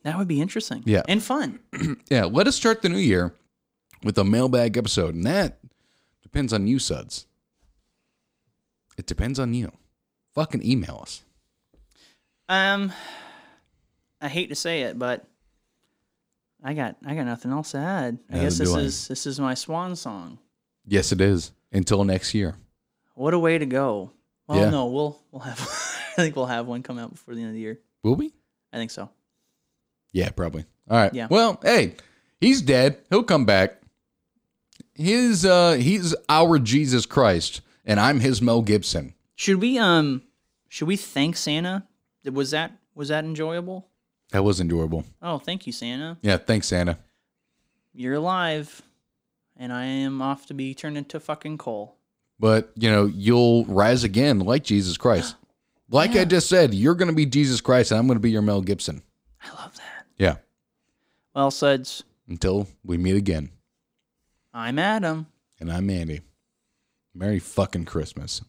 That would be interesting.
Yeah.
And fun.
Yeah, let us start the new year with a mailbag episode. And that depends on you, suds. It depends on you. Fucking email us.
Um I hate to say it, but I got I got nothing else to add. I
Neither
guess
do
this
I.
is this is my swan song.
Yes, it is. Until next year.
What a way to go. Well
Yeah.
no, we'll we'll have I think we'll have one come out before the end of the year.
Will we?
I think so.
Yeah, probably. All right.
Yeah.
Well, hey, he's dead. He'll come back. His uh he's our Jesus Christ, and I'm his Mel Gibson.
Should we um should we thank Santa? Was that was that enjoyable?
That was enjoyable.
Oh, thank you, Santa.
Yeah, thanks, Santa.
You're alive. And I am off to be turned into fucking coal.
But you know, you'll rise again like Jesus Christ. Like I just said, you're going to be Jesus Christ, and I'm going to be your Mel Gibson.
I love that.
Yeah.
Well, Suds,
Until we meet again,
I'm Adam.
and I'm Andy. Merry fucking Christmas.